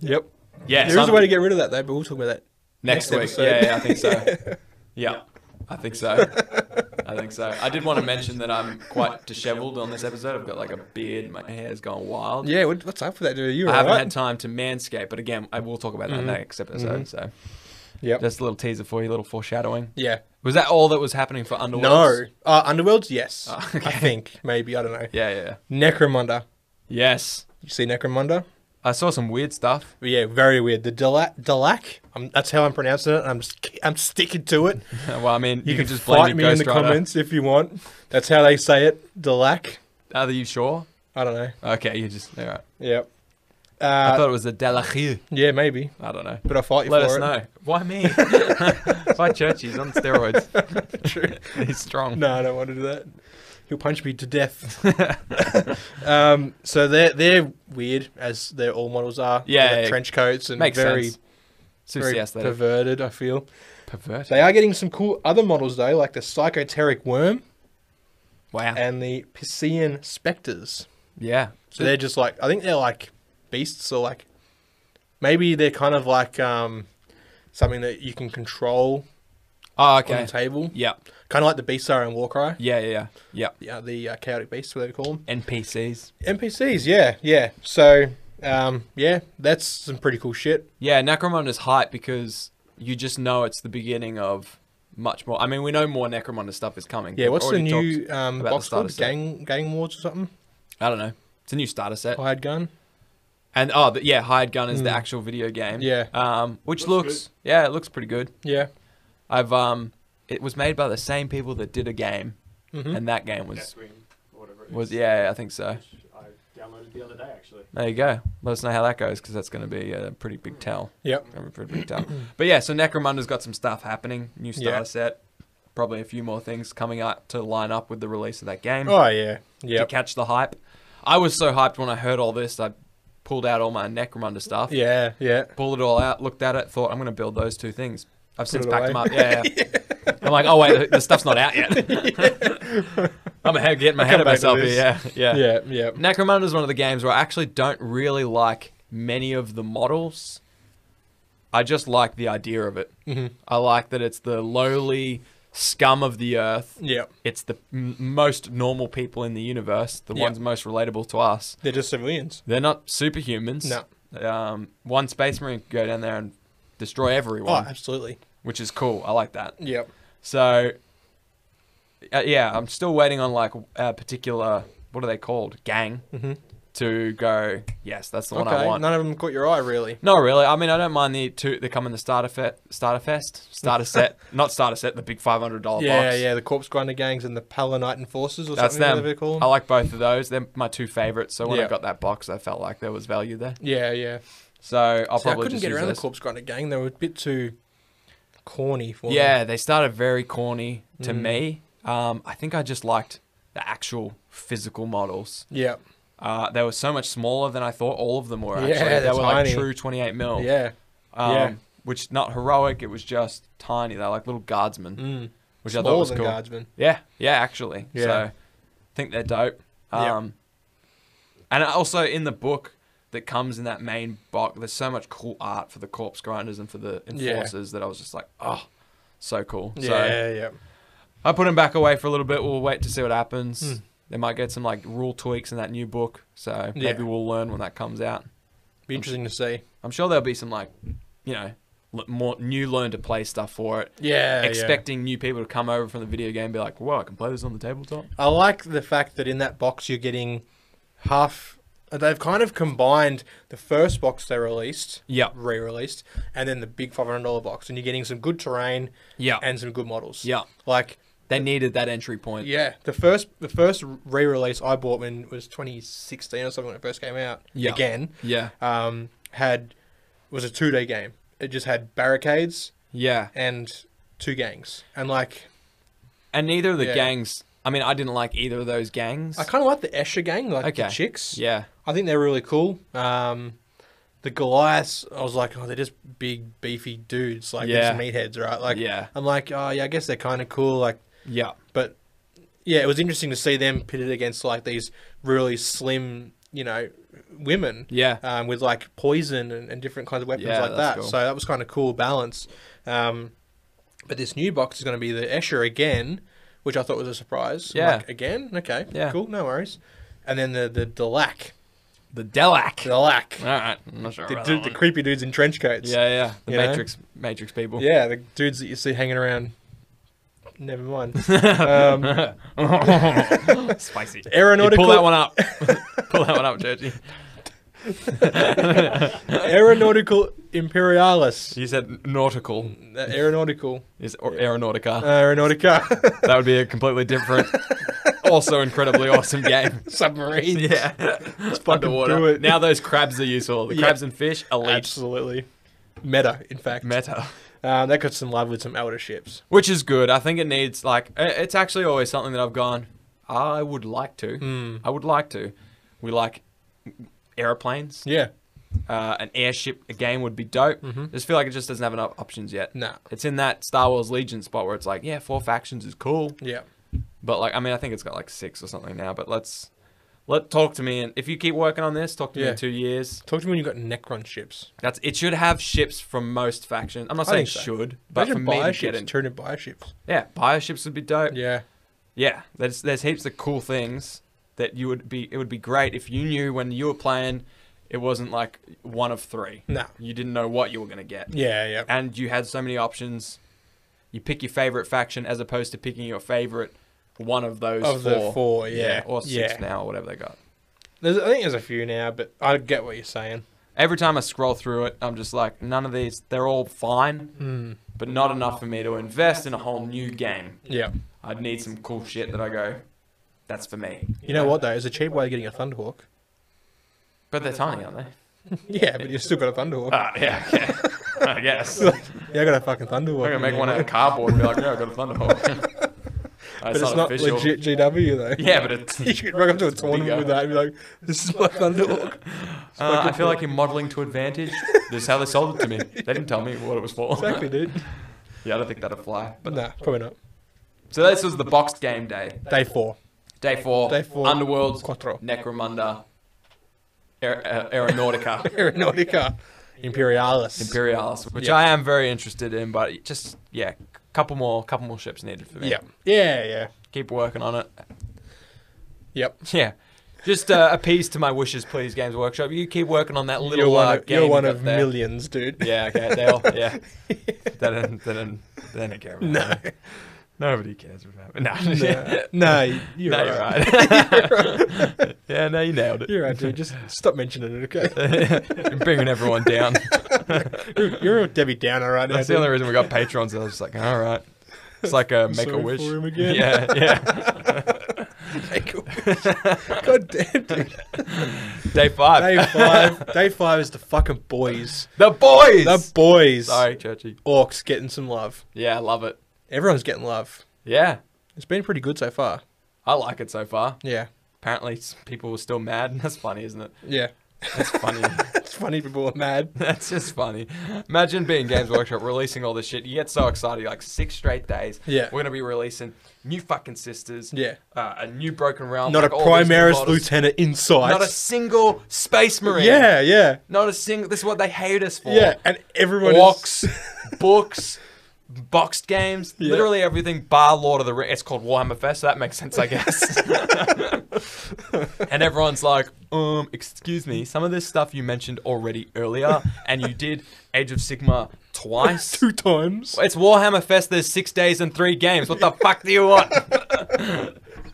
[SPEAKER 1] yep.
[SPEAKER 2] Yes.
[SPEAKER 1] There is a
[SPEAKER 2] I'm-
[SPEAKER 1] way to get rid of that though, but we'll talk about that.
[SPEAKER 2] next,
[SPEAKER 1] next
[SPEAKER 2] week. Yeah,
[SPEAKER 1] episode.
[SPEAKER 2] yeah, I think so. yeah. I think so. I think so. I did want to mention that I'm quite disheveled on this episode. I've got like a beard. My hair's gone wild.
[SPEAKER 1] Yeah. What, what's up with that, dude? You
[SPEAKER 2] I haven't
[SPEAKER 1] alright?
[SPEAKER 2] had time to manscape, but again, I will talk about that in the
[SPEAKER 1] Mm-hmm.
[SPEAKER 2] next episode. So,
[SPEAKER 1] Yep.
[SPEAKER 2] just a little teaser for you, a little foreshadowing.
[SPEAKER 1] yeah.
[SPEAKER 2] Was that all that was happening for Underworlds?
[SPEAKER 1] No. Uh, Underworlds. Yes.
[SPEAKER 2] Oh,
[SPEAKER 1] I
[SPEAKER 2] okay.
[SPEAKER 1] think maybe I don't know.
[SPEAKER 2] Yeah, yeah. yeah.
[SPEAKER 1] Necromunda.
[SPEAKER 2] Yes.
[SPEAKER 1] You see Necromunda?
[SPEAKER 2] I saw some weird stuff.
[SPEAKER 1] But yeah, very weird. The Dalak, Dalak. I'm, that's how I'm pronouncing it. I'm just, I'm sticking to it.
[SPEAKER 2] well, I mean, you,
[SPEAKER 1] You,
[SPEAKER 2] can,
[SPEAKER 1] can,
[SPEAKER 2] just blame
[SPEAKER 1] fight
[SPEAKER 2] your
[SPEAKER 1] me in the comments if you want. That's how they say it. Dalak.
[SPEAKER 2] Are you sure?
[SPEAKER 1] I don't know.
[SPEAKER 2] Okay, you just all right.
[SPEAKER 1] Yep.
[SPEAKER 2] I
[SPEAKER 1] Uh,
[SPEAKER 2] thought it was the Delachieu.
[SPEAKER 1] yeah, maybe.
[SPEAKER 2] I don't know.
[SPEAKER 1] But I fight you
[SPEAKER 2] Let
[SPEAKER 1] for
[SPEAKER 2] us
[SPEAKER 1] it.
[SPEAKER 2] know. Why me? Why Churchy? He's on steroids. He's strong.
[SPEAKER 1] No, I don't want to do that. He'll punch me to death. um, so they're they're weird as their all models are. They've
[SPEAKER 2] Yeah,
[SPEAKER 1] got
[SPEAKER 2] yeah.
[SPEAKER 1] trench coats and
[SPEAKER 2] Makes
[SPEAKER 1] very
[SPEAKER 2] sense.
[SPEAKER 1] very
[SPEAKER 2] Seriously, aesthetic.
[SPEAKER 1] perverted. I feel
[SPEAKER 2] Pervert.
[SPEAKER 1] they are getting some cool other models though, like the psychoteric worm
[SPEAKER 2] Wow.
[SPEAKER 1] and the Piscean specters.
[SPEAKER 2] Yeah.
[SPEAKER 1] So they're just like I think they're like beasts or like maybe they're kind of like um, something that you can control
[SPEAKER 2] Oh,
[SPEAKER 1] on
[SPEAKER 2] okay.
[SPEAKER 1] the table,
[SPEAKER 2] Yeah.
[SPEAKER 1] kind of like the beasts are in Warcry.
[SPEAKER 2] Yeah, yeah, yeah.
[SPEAKER 1] Yeah, the uh, chaotic beasts, whatever they call them.
[SPEAKER 2] Yeah. NPCs.
[SPEAKER 1] NPCs, yeah, yeah. So, um, yeah, that's some pretty cool shit.
[SPEAKER 2] Yeah, Necromunda's hype because you just know it's the beginning of much more. I mean, we know more Necromunda stuff is coming.
[SPEAKER 1] Yeah,
[SPEAKER 2] We've
[SPEAKER 1] what's the
[SPEAKER 2] already
[SPEAKER 1] new
[SPEAKER 2] talked-
[SPEAKER 1] um,
[SPEAKER 2] about
[SPEAKER 1] box
[SPEAKER 2] the starter
[SPEAKER 1] called?
[SPEAKER 2] set.
[SPEAKER 1] Gang, gang Wars or something?
[SPEAKER 2] I don't know. It's a new starter set.
[SPEAKER 1] Hired Gun?
[SPEAKER 2] And oh, the, yeah, Hired Gun is the actual video game.
[SPEAKER 1] Hmm. Yeah.
[SPEAKER 2] Um, which looks,
[SPEAKER 5] Looks
[SPEAKER 2] yeah, it looks pretty good.
[SPEAKER 1] Yeah.
[SPEAKER 2] I've um, it was made by the same people that did a game,
[SPEAKER 1] Mm-hmm.
[SPEAKER 2] and that game was
[SPEAKER 5] Deathwing, or whatever it
[SPEAKER 2] was
[SPEAKER 5] is,
[SPEAKER 2] yeah, I think so.
[SPEAKER 5] which I downloaded the other day actually.
[SPEAKER 2] There you go. Let us know how that goes because that's going to be a pretty big tell.
[SPEAKER 1] Yep.
[SPEAKER 2] Gonna be a pretty big tell. But yeah, so Necromunda's got some stuff happening. New starter
[SPEAKER 1] Yeah.
[SPEAKER 2] set. Probably a few more things coming up to line up with the release of that game
[SPEAKER 1] Oh, yeah.
[SPEAKER 2] to
[SPEAKER 1] Yep.
[SPEAKER 2] catch the hype. I was so hyped when I heard all this. I pulled out all my Necromunda stuff.
[SPEAKER 1] Yeah, yeah.
[SPEAKER 2] pulled it all out, looked at it, thought I'm going to build those two things. I've since
[SPEAKER 1] it
[SPEAKER 2] packed them
[SPEAKER 1] away.
[SPEAKER 2] up. Yeah, yeah. I'm like, oh wait, the, the stuff's not out yet. I'm ahead, getting my head
[SPEAKER 1] come
[SPEAKER 2] of
[SPEAKER 1] back to
[SPEAKER 2] myself here.
[SPEAKER 1] this.
[SPEAKER 2] Yeah, yeah.
[SPEAKER 1] Yeah, yeah.
[SPEAKER 2] Necromunda is one of the games where I actually don't really like many of the models. I just like the idea of it.
[SPEAKER 1] Mhm.
[SPEAKER 2] I like that it's the lowly scum of the earth.
[SPEAKER 1] Yeah.
[SPEAKER 2] It's the m- most normal people in the universe, the
[SPEAKER 1] Yeah.
[SPEAKER 2] ones most relatable to us.
[SPEAKER 1] They're just civilians.
[SPEAKER 2] They're not superhumans.
[SPEAKER 1] No.
[SPEAKER 2] Um, one space marine could go down there and destroy
[SPEAKER 1] Oh,
[SPEAKER 2] everyone,
[SPEAKER 1] absolutely.
[SPEAKER 2] which is cool. I like that.
[SPEAKER 1] Yep.
[SPEAKER 2] So, uh, yeah, I'm still waiting on like a particular what are they called? Gang
[SPEAKER 1] Mhm.
[SPEAKER 2] to go. Yes, that's the one I
[SPEAKER 1] Okay.
[SPEAKER 2] want.
[SPEAKER 1] None of them caught your eye, really.
[SPEAKER 2] No, really. I mean, I don't mind the two. They come in the starter fet, starter fest, starter set, not starter set. The big five hundred dollar
[SPEAKER 1] yeah,
[SPEAKER 2] Oh, box.
[SPEAKER 1] yeah. The Corpse Grinder gangs and the Palanite Enforcers or
[SPEAKER 2] That's
[SPEAKER 1] something.
[SPEAKER 2] them.
[SPEAKER 1] whatever they're called.
[SPEAKER 2] I like both of those. They're my two favorites. So when I
[SPEAKER 1] Yeah.
[SPEAKER 2] got that box, I felt like there was value there.
[SPEAKER 1] Yeah, yeah.
[SPEAKER 2] So I'll
[SPEAKER 1] See, I
[SPEAKER 2] probably
[SPEAKER 1] couldn't
[SPEAKER 2] just
[SPEAKER 1] get
[SPEAKER 2] use
[SPEAKER 1] around
[SPEAKER 2] those.
[SPEAKER 1] the Corpse Grinder gang. They were a bit too corny for me.
[SPEAKER 2] Yeah, they started very corny to
[SPEAKER 1] Mm.
[SPEAKER 2] me. Um, I think I just liked the actual physical models.
[SPEAKER 1] Yeah.
[SPEAKER 2] Uh, they were so much smaller than I thought. All of them were actually.
[SPEAKER 1] Yeah, they're
[SPEAKER 2] they were like
[SPEAKER 1] tiny.
[SPEAKER 2] true 28 mil.
[SPEAKER 1] Yeah.
[SPEAKER 2] Um,
[SPEAKER 1] yeah.
[SPEAKER 2] Which not heroic. It was just tiny. They're like little guardsmen,
[SPEAKER 1] Mm.
[SPEAKER 2] which I
[SPEAKER 1] Smaller
[SPEAKER 2] thought was
[SPEAKER 1] than
[SPEAKER 2] cool.
[SPEAKER 1] Guardsmen.
[SPEAKER 2] Yeah, yeah, actually.
[SPEAKER 1] Yeah.
[SPEAKER 2] So I think they're dope.
[SPEAKER 1] Yeah.
[SPEAKER 2] Um, And also in the book that comes in that main box, there's so much cool art for the corpse grinders and for the
[SPEAKER 1] Yeah.
[SPEAKER 2] enforcers that I was just like, oh, so cool. So
[SPEAKER 1] Yeah, yeah.
[SPEAKER 2] I put him back away for a little bit. We'll wait to see what happens.
[SPEAKER 1] Hmm.
[SPEAKER 2] They might get some like rule tweaks in that new book, so maybe
[SPEAKER 1] Yeah.
[SPEAKER 2] we'll learn when that comes out.
[SPEAKER 1] Be interesting to see.
[SPEAKER 2] I'm sure there'll be some like, you know, l- more new learn to play stuff for it.
[SPEAKER 1] Yeah, yeah.
[SPEAKER 2] Expecting new people to come over from the video game and be like, whoa, I can play this on the tabletop.
[SPEAKER 1] I like the fact that in that box you're getting half. They've kind of combined the first box they released,
[SPEAKER 2] Yeah.
[SPEAKER 1] re-released, and then the big five hundred dollar box, and you're getting some good terrain,
[SPEAKER 2] Yeah.
[SPEAKER 1] and some good models,
[SPEAKER 2] Oh. Yeah.
[SPEAKER 1] Like,
[SPEAKER 2] They needed that entry point.
[SPEAKER 1] yeah, the first the first re-release I bought when was 2016 or something when it first came out.
[SPEAKER 2] Yeah.
[SPEAKER 1] Again,
[SPEAKER 2] Yeah.
[SPEAKER 1] um, had was a two day game. It just had barricades
[SPEAKER 2] Yeah.
[SPEAKER 1] and two gangs, and like
[SPEAKER 2] And neither of the
[SPEAKER 1] Yeah.
[SPEAKER 2] gangs, I mean, I didn't like either of those gangs.
[SPEAKER 1] I kind of like the Escher gang, like the
[SPEAKER 2] Okay.
[SPEAKER 1] chicks.
[SPEAKER 2] yeah.
[SPEAKER 1] I think they're really cool. Um, the Goliaths, I was like, oh, they're just big, beefy dudes, like they're
[SPEAKER 2] Yeah.
[SPEAKER 1] just meatheads, right? Like,
[SPEAKER 2] Yeah.
[SPEAKER 1] I'm like, oh yeah, I guess they're kind of cool, like,
[SPEAKER 2] Yeah.
[SPEAKER 1] but yeah, it was interesting to see them pitted against like these really slim, you know, women,
[SPEAKER 2] Yeah.
[SPEAKER 1] um, with like poison and, and different kinds of weapons
[SPEAKER 2] Yeah,
[SPEAKER 1] like
[SPEAKER 2] that's
[SPEAKER 1] that.
[SPEAKER 2] cool.
[SPEAKER 1] So that was kind of cool balance. Um, but this new box is going to be the Escher again, which I thought was a surprise. I'm
[SPEAKER 2] Yeah.
[SPEAKER 1] like, again, okay,
[SPEAKER 2] Yeah.
[SPEAKER 1] cool, no worries. And then the the Delac,
[SPEAKER 2] The Delac.
[SPEAKER 1] the Lac.
[SPEAKER 2] All right. I'm not sure.
[SPEAKER 1] The,
[SPEAKER 2] about
[SPEAKER 1] dude-
[SPEAKER 2] that
[SPEAKER 1] the
[SPEAKER 2] one.
[SPEAKER 1] creepy dudes in trench coats.
[SPEAKER 2] yeah, yeah. The
[SPEAKER 1] You know?
[SPEAKER 2] Matrix Matrix people.
[SPEAKER 1] Yeah, the dudes that you see hanging around. Never mind. Um,
[SPEAKER 2] Spicy.
[SPEAKER 1] aeronautical,
[SPEAKER 2] pull that one up. pull that one up, Churchy.
[SPEAKER 1] aeronautical imperialis.
[SPEAKER 2] You said nautical
[SPEAKER 1] Uh, aeronautical,
[SPEAKER 2] is or aeronautica.
[SPEAKER 1] aeronautica,
[SPEAKER 2] that would be a completely different, also incredibly awesome game.
[SPEAKER 1] submarine.
[SPEAKER 2] Yeah,
[SPEAKER 1] do
[SPEAKER 2] underwater.
[SPEAKER 1] it.
[SPEAKER 2] Now those crabs are useful. The
[SPEAKER 1] Yeah.
[SPEAKER 2] crabs and fish, elite
[SPEAKER 1] absolutely. Meta, in fact.
[SPEAKER 2] meta,
[SPEAKER 1] Um, that got some love with some elder ships.
[SPEAKER 2] which is good. I think it needs like i- it's actually always something that I've gone. I would like to.
[SPEAKER 1] Hmm.
[SPEAKER 2] I would like to. We like airplanes.
[SPEAKER 1] Yeah.
[SPEAKER 2] uh, an airship a game would be dope.
[SPEAKER 1] Mm-hmm.
[SPEAKER 2] Just feel like it just doesn't have enough options yet.
[SPEAKER 1] Nah.
[SPEAKER 2] It's in that Star Wars Legion spot where it's like, yeah, four factions is cool,
[SPEAKER 1] Yeah.
[SPEAKER 2] but like, I mean, I think it's got like six or something now. But let's let talk to me, and if you keep working on this, talk to me
[SPEAKER 1] Yeah.
[SPEAKER 2] in two years.
[SPEAKER 1] Talk to me when you've got Necron ships.
[SPEAKER 2] That's it. Should have ships from most factions. I'm not
[SPEAKER 1] I
[SPEAKER 2] saying
[SPEAKER 1] think so.
[SPEAKER 2] should, but for
[SPEAKER 1] Imagine
[SPEAKER 2] me to get
[SPEAKER 1] ships,
[SPEAKER 2] in,
[SPEAKER 1] turn into buyer ships.
[SPEAKER 2] yeah, bio ships would be dope. Yeah,
[SPEAKER 1] Yeah.
[SPEAKER 2] there's there's heaps of cool things that you would be. It would be great if you knew when you were playing, it wasn't like one of three.
[SPEAKER 1] Nah.
[SPEAKER 2] You didn't know what you were gonna get
[SPEAKER 1] Yeah, yeah.
[SPEAKER 2] and you had so many options. You pick your favorite faction as opposed to picking your favorite one of those
[SPEAKER 1] Of
[SPEAKER 2] four.
[SPEAKER 1] the four, yeah,
[SPEAKER 2] or six
[SPEAKER 1] yeah.
[SPEAKER 2] now, or whatever they got.
[SPEAKER 1] There's, I think there's a few now, but I get what you're saying.
[SPEAKER 2] Every time I scroll through it, I'm just like, none of these. They're all fine,
[SPEAKER 1] Hmm.
[SPEAKER 2] but not enough for me to invest in a whole new game.
[SPEAKER 1] Yeah.
[SPEAKER 2] I'd need some cool shit that I go, that's for me.
[SPEAKER 1] You know what though? It's a cheap way of getting a Thunderhawk.
[SPEAKER 2] But they're tiny, aren't they?
[SPEAKER 1] Yeah, but you've still got a Thunderhawk.
[SPEAKER 2] Ah, yeah, okay. I guess.
[SPEAKER 1] yeah, I got a fucking Thunderhawk.
[SPEAKER 2] I'm gonna
[SPEAKER 1] in
[SPEAKER 2] make one
[SPEAKER 1] there.
[SPEAKER 2] out of cardboard and be like, yeah, I got a Thunderhawk.
[SPEAKER 1] But it's not
[SPEAKER 2] official.
[SPEAKER 1] legit GW though.
[SPEAKER 2] Yeah, but it's
[SPEAKER 1] you could rock up to a tournament
[SPEAKER 2] bigger.
[SPEAKER 1] with that and be like, "This is my Thunderhawk."
[SPEAKER 2] Uh, I feel like you're modeling to advantage. this is how they sold it to me. They didn't tell me what it was for.
[SPEAKER 1] exactly, dude.
[SPEAKER 2] yeah, I don't think that'll fly. But
[SPEAKER 1] Nah, probably not.
[SPEAKER 2] so this was the boxed game day,
[SPEAKER 1] Day four.
[SPEAKER 2] day four.
[SPEAKER 1] Day four.
[SPEAKER 2] Underworld,
[SPEAKER 1] Quattro.
[SPEAKER 2] Necromunda, Aer- uh, Aeronautica,
[SPEAKER 1] Aeronautica. Imperialis.
[SPEAKER 2] Imperialis, which
[SPEAKER 1] Yeah.
[SPEAKER 2] I am very interested in. But just yeah, couple more, couple more ships needed for me.
[SPEAKER 1] Yeah. Yeah, yeah.
[SPEAKER 2] keep working on it.
[SPEAKER 1] Yep.
[SPEAKER 2] Yeah. Just uh, a piece to my wishes, please, Games Workshop. You keep working on that little
[SPEAKER 1] you're one
[SPEAKER 2] uh,
[SPEAKER 1] of,
[SPEAKER 2] game.
[SPEAKER 1] you're one
[SPEAKER 2] you got
[SPEAKER 1] of
[SPEAKER 2] there.
[SPEAKER 1] millions, dude.
[SPEAKER 2] Yeah, okay, they all, yeah. they didn't, they didn't, they didn't care about
[SPEAKER 1] No.
[SPEAKER 2] that. Nobody cares about it. No,
[SPEAKER 1] No,
[SPEAKER 2] yeah.
[SPEAKER 1] no you're,
[SPEAKER 2] No,
[SPEAKER 1] right.
[SPEAKER 2] you're
[SPEAKER 1] you're
[SPEAKER 2] right. yeah, no, you nailed it.
[SPEAKER 1] You're right, dude. Just stop mentioning it, okay?
[SPEAKER 2] You're bringing everyone down.
[SPEAKER 1] You're, you're a Debbie Downer right now.
[SPEAKER 2] That's the
[SPEAKER 1] dude.
[SPEAKER 2] only reason we got patrons. I was just like, all right. It's like a make a
[SPEAKER 1] sorry
[SPEAKER 2] wish.
[SPEAKER 1] for him again.
[SPEAKER 2] Yeah, yeah.
[SPEAKER 1] God damn, dude.
[SPEAKER 2] Day five.
[SPEAKER 1] Day five. Day five is the fucking boys.
[SPEAKER 2] The boys.
[SPEAKER 1] The boys.
[SPEAKER 2] Sorry, Churchy.
[SPEAKER 1] Orcs getting some love.
[SPEAKER 2] Yeah, I love it.
[SPEAKER 1] Everyone's getting love.
[SPEAKER 2] Yeah,
[SPEAKER 1] It's been pretty good so far.
[SPEAKER 2] I like it so far.
[SPEAKER 1] Yeah.
[SPEAKER 2] Apparently, s- people were still mad, and that's funny, isn't it?
[SPEAKER 1] Yeah.
[SPEAKER 2] That's funny.
[SPEAKER 1] It's funny people are mad.
[SPEAKER 2] That's just funny. Imagine being Games Workshop releasing all this shit. You get so excited, you're like six straight days.
[SPEAKER 1] Yeah.
[SPEAKER 2] We're gonna be releasing new fucking sisters.
[SPEAKER 1] Yeah.
[SPEAKER 2] Uh, a new Broken Realm.
[SPEAKER 1] Not
[SPEAKER 2] like
[SPEAKER 1] a
[SPEAKER 2] all these new
[SPEAKER 1] Primaris
[SPEAKER 2] models.
[SPEAKER 1] Lieutenant inside.
[SPEAKER 2] Not a single Space Marine.
[SPEAKER 1] yeah, yeah.
[SPEAKER 2] Not a single. This is what they hate us for.
[SPEAKER 1] Yeah, and everyone
[SPEAKER 2] Orcs,
[SPEAKER 1] is-
[SPEAKER 2] books, boxed games,
[SPEAKER 1] Yeah.
[SPEAKER 2] literally everything bar Lord of the Rings. It's called Warhammer Fest, so that makes sense, I guess. and everyone's like, um, excuse me, some of this stuff you mentioned already earlier, and you did Age of Sigma twice.
[SPEAKER 1] Two times.
[SPEAKER 2] It's Warhammer Fest. There's six days and three games. What the fuck do you want?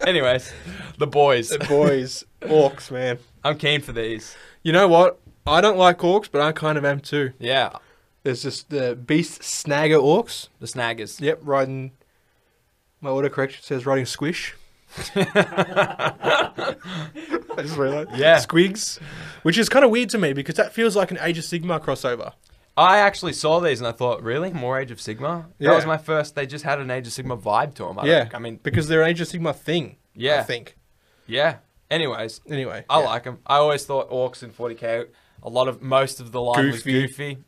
[SPEAKER 2] Anyways, the boys.
[SPEAKER 1] Boys, orcs, man.
[SPEAKER 2] I'm keen for these.
[SPEAKER 1] You know what? I don't like orcs, but I kind of am too.
[SPEAKER 2] Yeah,
[SPEAKER 1] There's just the beast snagger orcs.
[SPEAKER 2] the snaggers.
[SPEAKER 1] Yep, riding. My autocorrect says riding squish. I just realized.
[SPEAKER 2] Yeah.
[SPEAKER 1] Squigs. Which is kind of weird to me because that feels like an Age of Sigma crossover.
[SPEAKER 2] I actually saw these and I thought, really, more Age of Sigma?
[SPEAKER 1] Yeah.
[SPEAKER 2] That was my first. They just had an Age of Sigma vibe to them. I
[SPEAKER 1] yeah.
[SPEAKER 2] yeah, I mean,
[SPEAKER 1] because they're an Age of Sigma thing. I
[SPEAKER 2] Yeah.
[SPEAKER 1] think.
[SPEAKER 2] yeah. Anyways,
[SPEAKER 1] Anyway.
[SPEAKER 2] I
[SPEAKER 1] yeah.
[SPEAKER 2] like 'em. like them. I always thought orcs in 40k. A lot of most of the line was
[SPEAKER 1] Goofy.
[SPEAKER 2] goofy.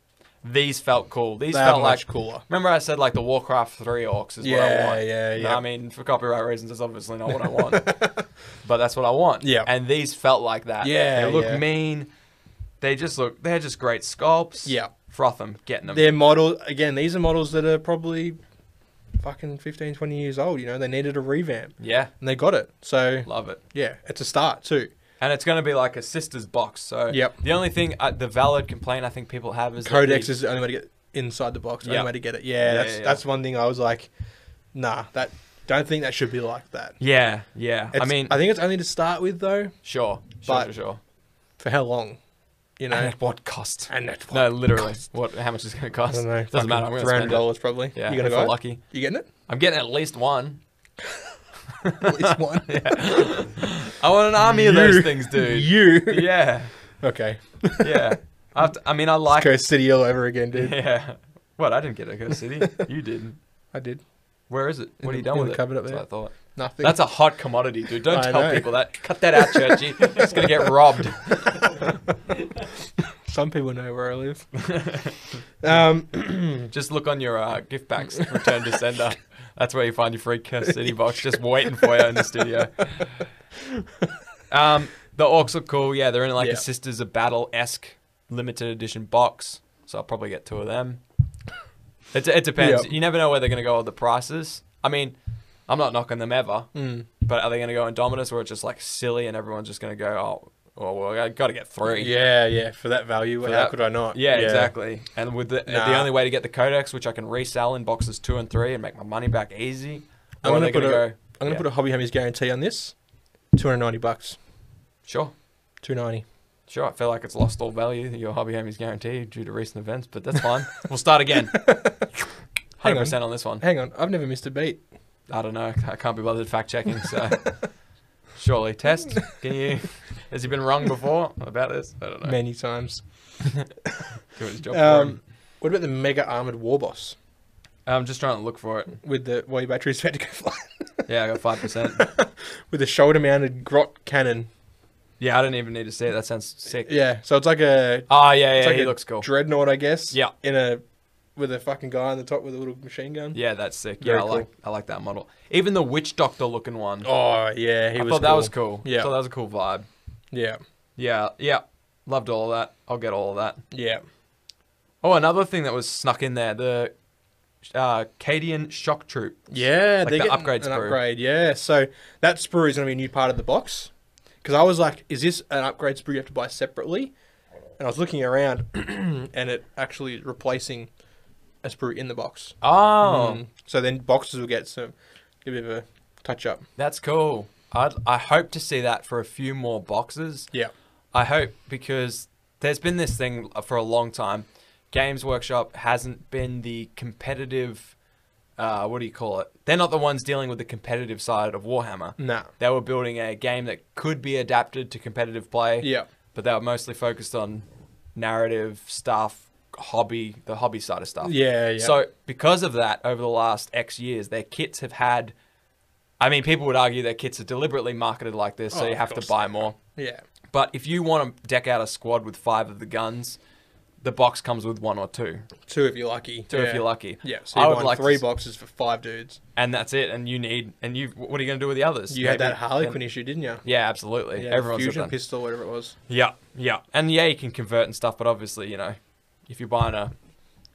[SPEAKER 2] These felt cool. These
[SPEAKER 1] They are
[SPEAKER 2] felt like
[SPEAKER 1] much cooler.
[SPEAKER 2] Remember, I said like the Warcraft three orcs is what
[SPEAKER 1] Yeah,
[SPEAKER 2] I want.
[SPEAKER 1] yeah,
[SPEAKER 2] No,
[SPEAKER 1] yeah.
[SPEAKER 2] I mean, for copyright reasons, it's obviously not what I want, but that's what I want.
[SPEAKER 1] Yeah.
[SPEAKER 2] And these felt like that.
[SPEAKER 1] Yeah,
[SPEAKER 2] They look
[SPEAKER 1] yeah.
[SPEAKER 2] mean. They just look. They're just great sculpts.
[SPEAKER 1] Yeah.
[SPEAKER 2] Froth them, getting them.
[SPEAKER 1] Their model again, these are models that are probably fucking 15, 20 years old, you know, they needed a revamp.
[SPEAKER 2] yeah.
[SPEAKER 1] And they got it. So
[SPEAKER 2] Love it.
[SPEAKER 1] yeah, it's a start too.
[SPEAKER 2] And it's going to be like a sister's box. So
[SPEAKER 1] Yep.
[SPEAKER 2] the only thing, uh, the valid complaint I think people have is that
[SPEAKER 1] Codex
[SPEAKER 2] the-
[SPEAKER 1] is the only way to get inside the box.
[SPEAKER 2] Yeah.
[SPEAKER 1] Only way to get it. Yeah,
[SPEAKER 2] Yeah,
[SPEAKER 1] that's
[SPEAKER 2] yeah.
[SPEAKER 1] that's one thing I was like, nah, that don't think that should be like that.
[SPEAKER 2] Yeah, yeah. I
[SPEAKER 1] It's-
[SPEAKER 2] mean,
[SPEAKER 1] I think it's only to start with though.
[SPEAKER 2] sure, sure,
[SPEAKER 1] but-
[SPEAKER 2] sure, sure.
[SPEAKER 1] For how long? You know,
[SPEAKER 2] And at what cost?
[SPEAKER 1] and that's
[SPEAKER 2] No, literally. What? How much is it going to
[SPEAKER 1] I
[SPEAKER 2] cost?
[SPEAKER 1] don't know.
[SPEAKER 2] Doesn't matter.
[SPEAKER 1] Three
[SPEAKER 2] I'm going to
[SPEAKER 1] hundred
[SPEAKER 2] spend it.
[SPEAKER 1] dollars probably.
[SPEAKER 2] Yeah,
[SPEAKER 1] you gonna
[SPEAKER 2] if
[SPEAKER 1] go?
[SPEAKER 2] we're lucky.
[SPEAKER 1] You getting it?
[SPEAKER 2] I'm getting at least one.
[SPEAKER 1] At least one.
[SPEAKER 2] I want an army of
[SPEAKER 1] You.
[SPEAKER 2] those things, dude.
[SPEAKER 1] you.
[SPEAKER 2] yeah,
[SPEAKER 1] Okay.
[SPEAKER 2] yeah. I, have to, I mean, I like.
[SPEAKER 1] Go city all over again, dude.
[SPEAKER 2] Yeah. What? I didn't get a Ghost City. You didn't.
[SPEAKER 1] I did
[SPEAKER 2] Where is it? What
[SPEAKER 1] the-
[SPEAKER 2] are you done
[SPEAKER 1] in
[SPEAKER 2] with
[SPEAKER 1] the
[SPEAKER 2] it?
[SPEAKER 1] cupboard up
[SPEAKER 2] That's
[SPEAKER 1] there.
[SPEAKER 2] what I thought.
[SPEAKER 1] nothing.
[SPEAKER 2] That's a hot commodity, dude. Don't
[SPEAKER 1] I
[SPEAKER 2] tell
[SPEAKER 1] know.
[SPEAKER 2] people that. Cut that out, Churchy. it's gonna get robbed.
[SPEAKER 1] some people know where I live. um,
[SPEAKER 2] Just look on your uh, gift packs. Return to sender. That's where you find your free Ghost City box, just waiting for you in the studio. Um, the orcs look cool. Yeah, they're in like
[SPEAKER 1] Yeah.
[SPEAKER 2] a Sisters of Battle esque limited edition box, so I'll probably get two of them. It, it depends.
[SPEAKER 1] Yeah.
[SPEAKER 2] You never know where they're going to go with the prices. I mean, I'm not knocking them ever,
[SPEAKER 1] mm,
[SPEAKER 2] but are they going to go Indominus or it's just like silly and everyone's just going to go, oh, well, well I got to get three.
[SPEAKER 1] yeah, yeah. For that value,
[SPEAKER 2] For
[SPEAKER 1] how
[SPEAKER 2] that-
[SPEAKER 1] could I not?
[SPEAKER 2] Yeah, exactly. And with the,
[SPEAKER 1] Nah.
[SPEAKER 2] the only way to get the codex, which I can resell in boxes two and three and make my money back easy.
[SPEAKER 1] I'm
[SPEAKER 2] or are
[SPEAKER 1] gonna
[SPEAKER 2] they
[SPEAKER 1] put
[SPEAKER 2] gonna
[SPEAKER 1] a-
[SPEAKER 2] go,
[SPEAKER 1] I'm gonna
[SPEAKER 2] Yeah.
[SPEAKER 1] put a hobby homies guarantee on this. Two hundred ninety bucks.
[SPEAKER 2] sure,
[SPEAKER 1] Two ninety.
[SPEAKER 2] sure. I feel like it's lost all value. Your hobby home is guaranteed due to recent events, but that's fine. we'll start again.
[SPEAKER 1] Hang on.
[SPEAKER 2] 100% on this one.
[SPEAKER 1] Hang on, I've never missed a beat.
[SPEAKER 2] I don't know. I can't be bothered fact checking. So surely test. Can you? Has he been wrong before about this? I don't know.
[SPEAKER 1] Many times.
[SPEAKER 2] Doing his job for
[SPEAKER 1] Um,
[SPEAKER 2] him.
[SPEAKER 1] what about the mega armored war boss
[SPEAKER 2] I'm just trying to look for it.
[SPEAKER 1] with the while your battery's about to go fly?
[SPEAKER 2] Yeah, I got five percent.
[SPEAKER 1] with the shoulder mounted grot cannon.
[SPEAKER 2] Yeah, I don't even need to see it. That sounds sick.
[SPEAKER 1] Yeah, so it's like a
[SPEAKER 2] Oh yeah,
[SPEAKER 1] It's
[SPEAKER 2] yeah.
[SPEAKER 1] like
[SPEAKER 2] he
[SPEAKER 1] a
[SPEAKER 2] looks cool.
[SPEAKER 1] dreadnought, I guess.
[SPEAKER 2] Yeah.
[SPEAKER 1] In a with a fucking guy on the top with a little machine gun.
[SPEAKER 2] Yeah, that's sick.
[SPEAKER 1] Very
[SPEAKER 2] Yeah, I like I like that model. Even the witch doctor looking one.
[SPEAKER 1] Oh yeah, he
[SPEAKER 2] I
[SPEAKER 1] was.
[SPEAKER 2] thought that
[SPEAKER 1] cool.
[SPEAKER 2] was cool.
[SPEAKER 1] Yeah.
[SPEAKER 2] I thought that was a cool vibe.
[SPEAKER 1] Yeah,
[SPEAKER 2] Yeah, yeah. Loved all of that. I'll get all of that.
[SPEAKER 1] yeah.
[SPEAKER 2] Oh, another thing that was snuck in there, the uh Cadian shock troop.
[SPEAKER 1] Yeah,
[SPEAKER 2] Like
[SPEAKER 1] they
[SPEAKER 2] the
[SPEAKER 1] get
[SPEAKER 2] upgrade
[SPEAKER 1] an
[SPEAKER 2] sprue.
[SPEAKER 1] upgrade. Yeah, so that sprue is going to be a new part of the box. Because I was like, is this an upgrade sprue you have to buy separately? And I was looking around, and it actually is replacing a sprue in the box.
[SPEAKER 2] Oh,
[SPEAKER 1] Mm. So then boxes will get some a bit of a touch up.
[SPEAKER 2] that's cool. I I hope to see that for a few more boxes.
[SPEAKER 1] Yeah.
[SPEAKER 2] I hope because there's been this thing for a long time. Games Workshop hasn't been the competitive. Uh, what do you call it? They're not the ones dealing with the competitive side of Warhammer.
[SPEAKER 1] Nah.
[SPEAKER 2] They were building a game that could be adapted to competitive play.
[SPEAKER 1] Yeah.
[SPEAKER 2] But they were mostly focused on narrative stuff, hobby, the hobby side of stuff.
[SPEAKER 1] Yeah. Yeah.
[SPEAKER 2] So because of that, over the last X years, their kits have had. I mean, people would argue their kits are deliberately marketed like this,
[SPEAKER 1] Oh,
[SPEAKER 2] so you
[SPEAKER 1] of
[SPEAKER 2] have to
[SPEAKER 1] course.
[SPEAKER 2] buy more.
[SPEAKER 1] yeah.
[SPEAKER 2] But if you want to deck out a squad with five of the guns, the box comes with one or two,
[SPEAKER 1] Two if you're lucky.
[SPEAKER 2] two
[SPEAKER 1] Yeah.
[SPEAKER 2] if you're lucky.
[SPEAKER 1] Yeah. So
[SPEAKER 2] I
[SPEAKER 1] you
[SPEAKER 2] would
[SPEAKER 1] buy
[SPEAKER 2] like to
[SPEAKER 1] three
[SPEAKER 2] s-
[SPEAKER 1] boxes for five dudes.
[SPEAKER 2] and that's it. And you need and you what are you going to do with the others?
[SPEAKER 1] You had
[SPEAKER 2] Maybe
[SPEAKER 1] that Harley
[SPEAKER 2] then-
[SPEAKER 1] Quinn issue, didn't you?
[SPEAKER 2] Yeah, absolutely.
[SPEAKER 1] Yeah,
[SPEAKER 2] Everyone's got
[SPEAKER 1] fusion
[SPEAKER 2] that.
[SPEAKER 1] pistol, whatever it was.
[SPEAKER 2] Yeah, yeah, and yeah, you can convert and stuff, but obviously, you know, if you're buying a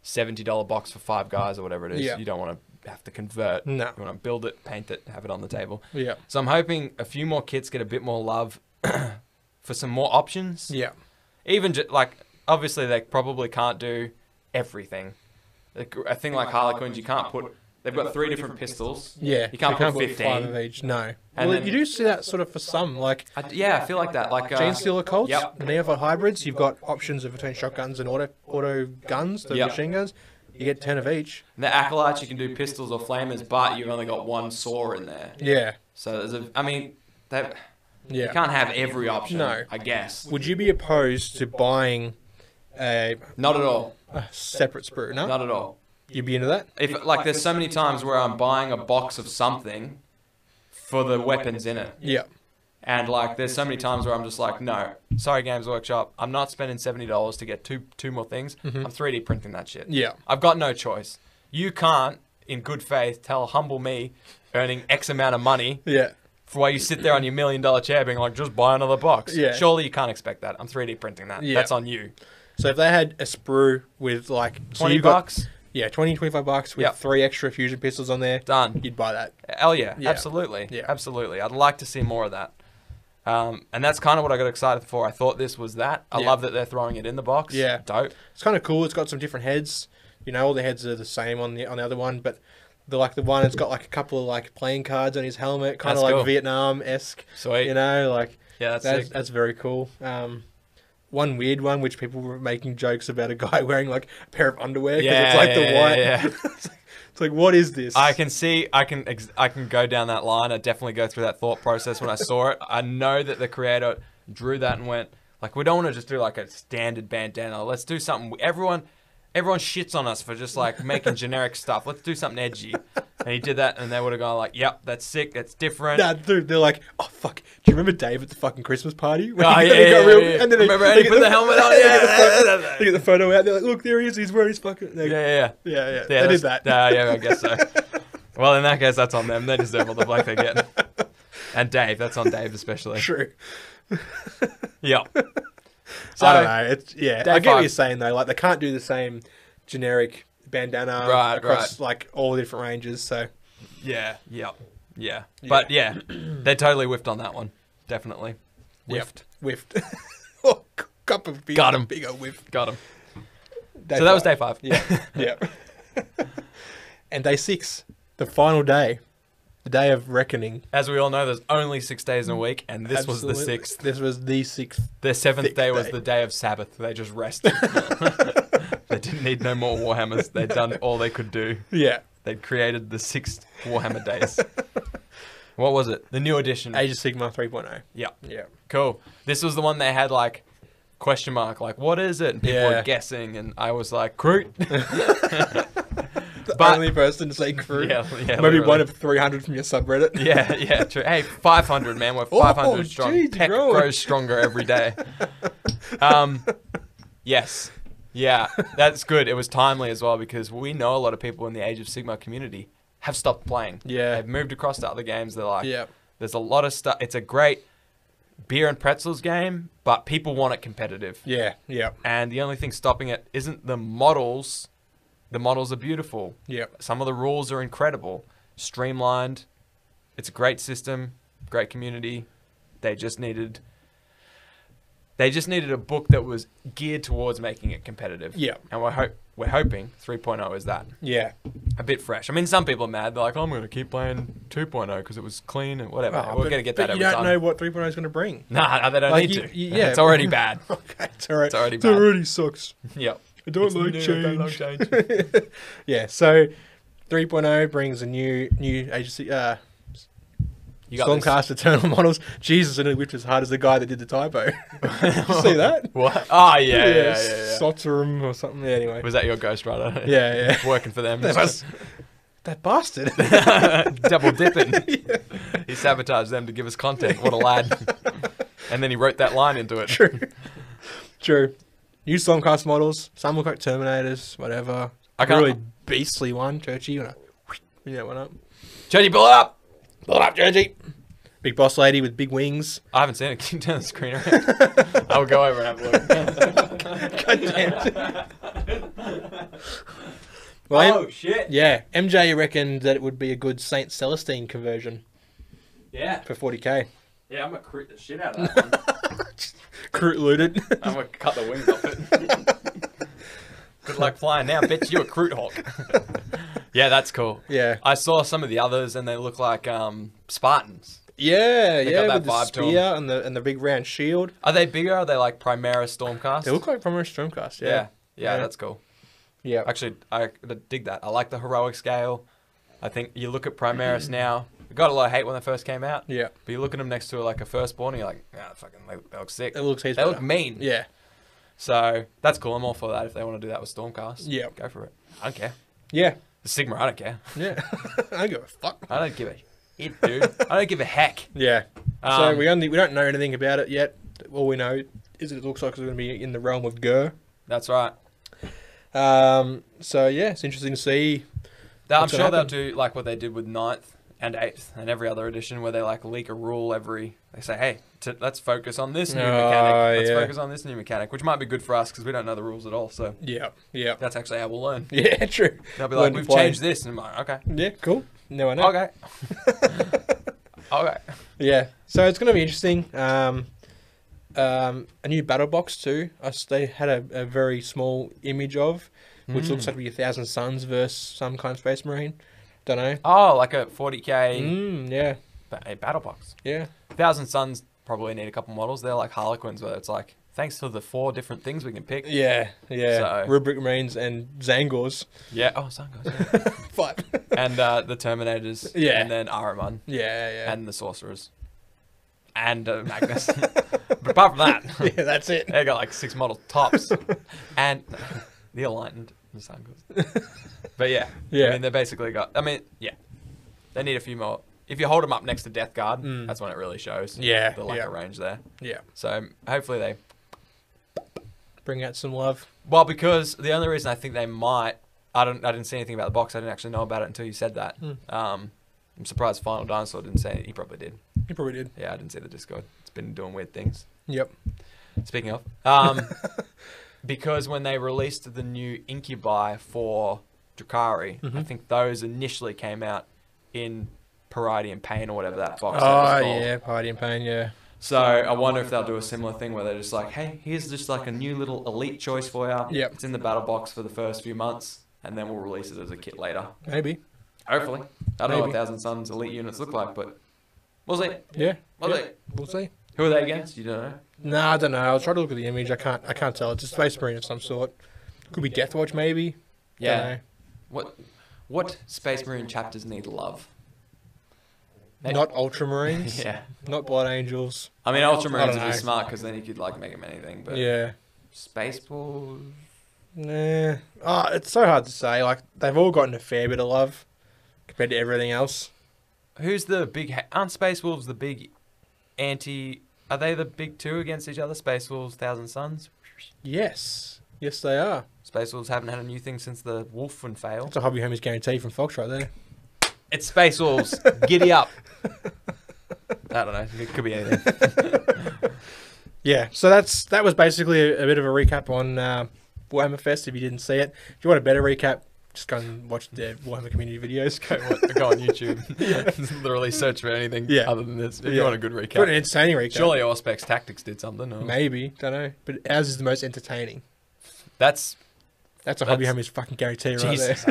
[SPEAKER 2] seventy dollar box for five guys or whatever it is.
[SPEAKER 1] Yeah.
[SPEAKER 2] You don't want to have to convert.
[SPEAKER 1] No.
[SPEAKER 2] You want to build it, paint it, have it on the table.
[SPEAKER 1] Yeah.
[SPEAKER 2] So I'm hoping a few more kits get a bit more love for some more options.
[SPEAKER 1] Yeah.
[SPEAKER 2] Even ju- like obviously they probably can't do everything. A, gr- a thing like Harlequins, you can't put. They've got three different pistols.
[SPEAKER 1] Yeah.
[SPEAKER 2] You can't
[SPEAKER 1] they
[SPEAKER 2] put
[SPEAKER 1] put five
[SPEAKER 2] 15.
[SPEAKER 1] of each. No.
[SPEAKER 2] And
[SPEAKER 1] well,
[SPEAKER 2] then-
[SPEAKER 1] you do see that sort of for some, like
[SPEAKER 2] I d yeah, I feel like that. Like uh,
[SPEAKER 1] Gene Steeler Colts,
[SPEAKER 2] Yep.
[SPEAKER 1] the Neovite hybrids. You've got options of between shotguns and auto auto guns, the
[SPEAKER 2] Yep.
[SPEAKER 1] machine guns. You get ten of each.
[SPEAKER 2] the Acolytes, you can do pistols or flamers, but you've only got one saw in there.
[SPEAKER 1] Yeah.
[SPEAKER 2] So there's a. I mean, that you
[SPEAKER 1] Yeah.
[SPEAKER 2] can't have every option.
[SPEAKER 1] No.
[SPEAKER 2] I guess
[SPEAKER 1] Would you be opposed to buying a,
[SPEAKER 2] not at all.
[SPEAKER 1] a separate sprue? No.
[SPEAKER 2] Not at all.
[SPEAKER 1] You'd be into that?
[SPEAKER 2] If like, there's so many times where I'm buying a box of something for the weapons in it.
[SPEAKER 1] Yeah.
[SPEAKER 2] And like, there's so many times where I'm just like, no, sorry, Games Workshop, I'm not spending seventy dollars to get two two more things. I'm 3D printing that shit.
[SPEAKER 1] Mm-hmm. Yeah.
[SPEAKER 2] I've got no choice. You can't, in good faith, tell humble me, earning X amount of money,
[SPEAKER 1] Yeah.
[SPEAKER 2] for why you sit there on your million dollar chair being like, just buy another box.
[SPEAKER 1] Yeah.
[SPEAKER 2] Surely you can't expect that. I'm 3D printing that.
[SPEAKER 1] Yeah.
[SPEAKER 2] That's on you.
[SPEAKER 1] So if they had a sprue with like so
[SPEAKER 2] Twenty
[SPEAKER 1] you got-
[SPEAKER 2] bucks,
[SPEAKER 1] yeah, 20, 25 bucks with
[SPEAKER 2] Yep.
[SPEAKER 1] three extra fusion pistols on there,
[SPEAKER 2] done.
[SPEAKER 1] you'd buy that.
[SPEAKER 2] Hell yeah,
[SPEAKER 1] Yeah.
[SPEAKER 2] absolutely,
[SPEAKER 1] Yeah.
[SPEAKER 2] absolutely. I'd like to see more of that, um, and that's kind of what I got excited for. I thought this was that. I
[SPEAKER 1] Yeah.
[SPEAKER 2] love that they're throwing it in the box.
[SPEAKER 1] Yeah.
[SPEAKER 2] dope.
[SPEAKER 1] It's kind of cool. It's got some different heads. You know, all the heads are the same on the on the other one, but the like the one that's got like a couple of like playing cards on his helmet, kind
[SPEAKER 2] That's
[SPEAKER 1] of like
[SPEAKER 2] cool.
[SPEAKER 1] Vietnam esque.
[SPEAKER 2] Sweet.
[SPEAKER 1] You know, like
[SPEAKER 2] yeah, that's,
[SPEAKER 1] that's
[SPEAKER 2] sick.
[SPEAKER 1] that's very cool. Um, one weird one, which people were making jokes about a guy wearing like a pair of underwear because
[SPEAKER 2] Yeah,
[SPEAKER 1] it's like the
[SPEAKER 2] yeah, yeah,
[SPEAKER 1] white.
[SPEAKER 2] yeah.
[SPEAKER 1] it's, like, it's like, what is this?
[SPEAKER 2] I can see. I can. Ex- I can go down that line. I definitely go through that thought process when I saw it. I know that the creator drew that and went like, we don't want to just do like a standard bandana. Let's do something. Everyone. Everyone shits on us for just like making generic stuff. Let's do something edgy. And he did that, and they would have gone like, "Yep, that's sick. That's different."
[SPEAKER 1] Nah, dude, they're like, oh fuck. Do you remember Dave at the fucking Christmas party? When
[SPEAKER 2] Oh,
[SPEAKER 1] he
[SPEAKER 2] yeah,
[SPEAKER 1] got
[SPEAKER 2] yeah,
[SPEAKER 1] real-
[SPEAKER 2] yeah, yeah.
[SPEAKER 1] And then they,
[SPEAKER 2] Remember,
[SPEAKER 1] they
[SPEAKER 2] he
[SPEAKER 1] get
[SPEAKER 2] put the helmet on,
[SPEAKER 1] they get
[SPEAKER 2] yeah.
[SPEAKER 1] the photo- they get the photo out. They're like, look, there he is. He's wearing his fucking. They,
[SPEAKER 2] Yeah,
[SPEAKER 1] yeah,
[SPEAKER 2] yeah, yeah.
[SPEAKER 1] yeah, yeah.
[SPEAKER 2] Yeah,
[SPEAKER 1] They did
[SPEAKER 2] that's-
[SPEAKER 1] that.
[SPEAKER 2] Yeah, yeah, I guess so. well, in that case, that's on them. They deserve all the black they get. And Dave, that's on Dave especially.
[SPEAKER 1] True.
[SPEAKER 2] Yeah. So,
[SPEAKER 1] I don't know. It's yeah.
[SPEAKER 2] Day
[SPEAKER 1] I get
[SPEAKER 2] five.
[SPEAKER 1] what you're saying though. Like they can't do the same generic bandana
[SPEAKER 2] Right,
[SPEAKER 1] across like all the different ranges. So
[SPEAKER 2] yeah, yeah, yeah, But yeah, they totally whiffed on that one. Definitely. Whiffed.
[SPEAKER 1] whiffed. oh, c- cup of big,
[SPEAKER 2] Got 'em.
[SPEAKER 1] Big old whiff.
[SPEAKER 2] Got him.
[SPEAKER 1] Day
[SPEAKER 2] so that was
[SPEAKER 1] five.
[SPEAKER 2] day five.
[SPEAKER 1] Yeah, yeah. and day six, the final day, the day of reckoning.
[SPEAKER 2] As we all know, there's only six days in a week, and this was the
[SPEAKER 1] Absolutely.
[SPEAKER 2] sixth.
[SPEAKER 1] This was the sixth.
[SPEAKER 2] Their seventh
[SPEAKER 1] Thick
[SPEAKER 2] day was
[SPEAKER 1] day.
[SPEAKER 2] the day of Sabbath. They just rested. they didn't need no more Warhammers. They'd done all they could do.
[SPEAKER 1] Yeah,
[SPEAKER 2] They'd created the sixth Warhammer Days. what was it? The new edition.
[SPEAKER 1] Age of Sigma 3.0.
[SPEAKER 2] Yeah,
[SPEAKER 1] Yeah,
[SPEAKER 2] cool. This was the one they had like question mark, like what is it? And people were
[SPEAKER 1] Yeah.
[SPEAKER 2] guessing, and I was like, Groot.
[SPEAKER 1] the
[SPEAKER 2] But-
[SPEAKER 1] only person to say crew.
[SPEAKER 2] Yeah, yeah,
[SPEAKER 1] Maybe one
[SPEAKER 2] literally.
[SPEAKER 1] of 300 from your subreddit.
[SPEAKER 2] yeah, yeah, true. Hey, 500 man, we're
[SPEAKER 1] Oh,
[SPEAKER 2] 500 strong.
[SPEAKER 1] geez,
[SPEAKER 2] Peck
[SPEAKER 1] growing.
[SPEAKER 2] grows stronger every day. Um, yes, yeah, that's good. It was timely as well because we know a lot of people in the Age of Sigma community have stopped playing.
[SPEAKER 1] Yeah.
[SPEAKER 2] they've moved across to other games. They're like,
[SPEAKER 1] Yeah.
[SPEAKER 2] There's a lot of stuff. It's a great beer and pretzels game, but people want it competitive.
[SPEAKER 1] Yeah, yeah,
[SPEAKER 2] And the only thing stopping it isn't the models. The models are beautiful.
[SPEAKER 1] yeah.
[SPEAKER 2] Some of the rules are incredible, streamlined. It's a great system, great community. They just needed they just needed a book that was geared towards making it competitive.
[SPEAKER 1] Yeah.
[SPEAKER 2] And we're hope we're hoping 3.0 is that
[SPEAKER 1] Yeah.
[SPEAKER 2] a bit fresh. I mean, some people are mad. They're like, "I'm going to keep playing 2.0 because it was clean and whatever."
[SPEAKER 1] Oh,
[SPEAKER 2] we're
[SPEAKER 1] but-
[SPEAKER 2] going to get
[SPEAKER 1] but
[SPEAKER 2] that every
[SPEAKER 1] you don't
[SPEAKER 2] time.
[SPEAKER 1] know what 3.0 is going to bring.
[SPEAKER 2] Nah, they don't
[SPEAKER 1] Like,
[SPEAKER 2] need
[SPEAKER 1] you-
[SPEAKER 2] to.
[SPEAKER 1] you- yeah.
[SPEAKER 2] it's already bad.
[SPEAKER 1] Okay, it's all right.
[SPEAKER 2] It's already
[SPEAKER 1] It
[SPEAKER 2] bad.
[SPEAKER 1] already sucks.
[SPEAKER 2] yep.
[SPEAKER 1] I don't,
[SPEAKER 2] It's
[SPEAKER 1] like
[SPEAKER 2] new,
[SPEAKER 1] change.
[SPEAKER 2] I don't like
[SPEAKER 1] yeah, so 3.0 brings a new new agency. Uh,
[SPEAKER 2] You got this.
[SPEAKER 1] Stormcast Eternal models. Jesus, I nearly whipped as hard as the guy that did the typo. Did you see that?
[SPEAKER 2] What? Oh, yeah, yeah, yeah. yeah, yeah.
[SPEAKER 1] Sotterum or something. Yeah, anyway.
[SPEAKER 2] Was that your ghostwriter?
[SPEAKER 1] yeah, yeah.
[SPEAKER 2] Working for them.
[SPEAKER 1] That, was- that bastard.
[SPEAKER 2] double dipping. He sabotaged them to give us content. What a lad. and then he wrote that line into it.
[SPEAKER 1] True. True. New Stormcast models. Some look like Terminators, whatever.
[SPEAKER 2] I
[SPEAKER 1] I
[SPEAKER 2] can't-
[SPEAKER 1] got a really beastly one, Churchy. You know, you know, one up.
[SPEAKER 2] Jody, blow it up.
[SPEAKER 1] Blow it up, Churchy. Big boss lady with big wings.
[SPEAKER 2] I haven't seen it. Can you turn the screen around? I'll go over and have a look.
[SPEAKER 1] God damn it. Well, M-
[SPEAKER 6] oh shit!
[SPEAKER 1] yeah, MJ reckoned that it would be a good Saint Celestine conversion
[SPEAKER 6] Yeah,
[SPEAKER 1] for 40k.
[SPEAKER 6] yeah, I'm gonna crit the shit out of that. One.
[SPEAKER 1] Crit looted.
[SPEAKER 2] I'm gonna cut the wings off it. Good luck flying now, bitch. You're a crude hawk. yeah, that's cool.
[SPEAKER 1] yeah,
[SPEAKER 2] I saw some of the others, and they look like um, Spartans.
[SPEAKER 1] yeah,
[SPEAKER 2] They got
[SPEAKER 1] yeah.
[SPEAKER 2] that
[SPEAKER 1] With the
[SPEAKER 2] vibe to 'em.
[SPEAKER 1] spear and the and the big round shield.
[SPEAKER 2] Are they bigger? Are they like Primaris Stormcast?
[SPEAKER 1] They look like from a Stormcast.
[SPEAKER 2] yeah. Yeah,
[SPEAKER 1] Yeah, Yeah.
[SPEAKER 2] that's cool.
[SPEAKER 1] yeah.
[SPEAKER 2] Actually, I dig that. I like the heroic scale. I think you look at Primaris now. It got a lot of hate when they first came out,
[SPEAKER 1] yeah.
[SPEAKER 2] but you look at them next to like a firstborn, and you're like, ah, fucking, they, they look sick.
[SPEAKER 1] It looks heaps
[SPEAKER 2] They look
[SPEAKER 1] better.
[SPEAKER 2] mean.
[SPEAKER 1] Yeah,
[SPEAKER 2] So that's cool. I'm all for that. If they want to do that with Stormcast,
[SPEAKER 1] Yeah.
[SPEAKER 2] go for it. I don't care.
[SPEAKER 1] yeah,
[SPEAKER 2] Sigma, I don't care.
[SPEAKER 1] yeah. I don't give a fuck.
[SPEAKER 2] I don't give a it, dude. I don't give a heck.
[SPEAKER 1] Yeah. so
[SPEAKER 2] Um,
[SPEAKER 1] we only we don't know anything about it yet. All we know is that it looks like it's going to be in the realm of Gur.
[SPEAKER 2] That's right.
[SPEAKER 1] Um. So yeah, it's interesting to see.
[SPEAKER 2] Th- I'm
[SPEAKER 1] What's
[SPEAKER 2] sure
[SPEAKER 1] gonna
[SPEAKER 2] they'll
[SPEAKER 1] happen?
[SPEAKER 2] do like what they did with ninth and eighth and every other edition, where they like leak a rule every. They say, hey, t- let's focus on this new
[SPEAKER 1] Oh,
[SPEAKER 2] mechanic. Let's
[SPEAKER 1] yeah.
[SPEAKER 2] focus on this new mechanic, which might be good for us because we don't know the rules at all. So
[SPEAKER 1] Yeah. Yeah.
[SPEAKER 2] that's actually how we'll learn.
[SPEAKER 1] Yeah. True.
[SPEAKER 2] They'll be
[SPEAKER 1] Learn
[SPEAKER 2] like,
[SPEAKER 1] to
[SPEAKER 2] we've
[SPEAKER 1] play.
[SPEAKER 2] changed this, and I'm like, okay,
[SPEAKER 1] Yeah. Cool. No, I know.
[SPEAKER 2] okay, okay.
[SPEAKER 1] Yeah. So it's going to be interesting. Um, um, a new battle box too. I s- they had a, a very small image of, which
[SPEAKER 2] Mm.
[SPEAKER 1] looks like it'll be a thousand suns versus some kind of space marine. Don't know.
[SPEAKER 2] Oh, like a 40k
[SPEAKER 1] Mm, yeah.
[SPEAKER 2] ba- a battle box.
[SPEAKER 1] Yeah.
[SPEAKER 2] Thousand Suns probably need a couple models. They're like Harlequins, where it's like, thanks for the four different things we can pick.
[SPEAKER 1] Yeah. Yeah.
[SPEAKER 2] So-
[SPEAKER 1] Rubric marines and Zangors.
[SPEAKER 2] Yeah. Oh, Sun Guys. yeah.
[SPEAKER 1] Five.
[SPEAKER 2] and uh, the Terminators.
[SPEAKER 1] Yeah.
[SPEAKER 2] And then Araman.
[SPEAKER 1] yeah. Yeah.
[SPEAKER 2] and the sorcerers and uh, Magnus. but apart from that,
[SPEAKER 1] yeah. That's it.
[SPEAKER 2] they got like six model tops and the Enlightened. The sound goes. But yeah, I
[SPEAKER 1] Yeah.
[SPEAKER 2] mean, they basically got. I mean, yeah, they need a few more. If you hold them up next to Death Guard,
[SPEAKER 1] Mm.
[SPEAKER 2] that's when it really shows.
[SPEAKER 1] Yeah,
[SPEAKER 2] the lack
[SPEAKER 1] yeah.
[SPEAKER 2] of range there.
[SPEAKER 1] Yeah.
[SPEAKER 2] So hopefully they.
[SPEAKER 1] Bring out some love.
[SPEAKER 2] Well, because the only reason I think they might, I don't, I didn't see anything about the box. I didn't actually know about it until you said that.
[SPEAKER 1] Mm.
[SPEAKER 2] Um, I'm surprised Final Dinosaur didn't say it. He probably did.
[SPEAKER 1] You probably did.
[SPEAKER 2] Yeah, I didn't see the Discord. It's been doing weird things.
[SPEAKER 1] Yep.
[SPEAKER 2] Speaking of, um, because when they released the new Incubi for Drakari, I
[SPEAKER 1] Mhm.
[SPEAKER 2] think those initially came out in Parody and Pain or whatever that box. set
[SPEAKER 1] Oh
[SPEAKER 2] was called.
[SPEAKER 1] yeah, party in pain. Yeah.
[SPEAKER 2] So I wonder if they'll do a similar thing where they're just like, hey, here's just like a new little elite choice for you.
[SPEAKER 1] Yep.
[SPEAKER 2] It's in the battle box for the first few months, and then we'll release it as a kit later.
[SPEAKER 1] Maybe.
[SPEAKER 2] Hopefully, I don't know what
[SPEAKER 1] Maybe.
[SPEAKER 2] Thousand Suns elite units look like, but we'll see.
[SPEAKER 1] Yeah.
[SPEAKER 2] We'll
[SPEAKER 1] yeah.
[SPEAKER 2] see.
[SPEAKER 1] We'll see.
[SPEAKER 2] Who are they against? You don't know.
[SPEAKER 1] No, I don't know. I was trying to look at the image. I can't. I can't tell. It's a space marine of some sort. Could be Death Watch, maybe.
[SPEAKER 2] Yeah. What what Space Marine chapters need love?
[SPEAKER 1] Dunno. Not Ultramarines.
[SPEAKER 2] Yeah.
[SPEAKER 1] Not Blood Angels.
[SPEAKER 2] I mean,
[SPEAKER 1] I
[SPEAKER 2] Ultramarines
[SPEAKER 1] don't
[SPEAKER 2] would be
[SPEAKER 1] know.
[SPEAKER 2] smart because then you could like make them anything. But
[SPEAKER 1] Yeah.
[SPEAKER 2] Space Wolves.
[SPEAKER 1] Nah. Oh, it's so hard to say. Like they've all gotten a fair bit of love compared to everything else.
[SPEAKER 2] Who's the big? ha- Aren't Space Wolves the big anti? Are they the big two against each other? Space Wolves, Thousand Suns.
[SPEAKER 1] Yes. Yes, they are.
[SPEAKER 2] Space Wolves haven't had a new thing since the Wolf and Fail.
[SPEAKER 1] That's a hobby homies guarantee from Fox right there.
[SPEAKER 2] It's Space Wolves. Giddy up. I don't know. It could be anything.
[SPEAKER 1] Yeah, so that's that was basically a, a bit of a recap on uh, Warhammer Fest. If you didn't see it, if you want a better recap, just go and watch the Warhammer community videos.
[SPEAKER 2] go, on- go on YouTube. Literally search for anything
[SPEAKER 1] Yeah.
[SPEAKER 2] other than this. If you
[SPEAKER 1] Yeah.
[SPEAKER 2] want a good
[SPEAKER 1] Put an
[SPEAKER 2] recap.
[SPEAKER 1] entertaining recap.
[SPEAKER 2] Surely Auspex Tactics did something. Or...
[SPEAKER 1] Maybe don't know, but ours is the most entertaining.
[SPEAKER 2] That's
[SPEAKER 1] That's a hobby
[SPEAKER 2] That's-
[SPEAKER 1] homies fucking guarantee right
[SPEAKER 2] Jesus.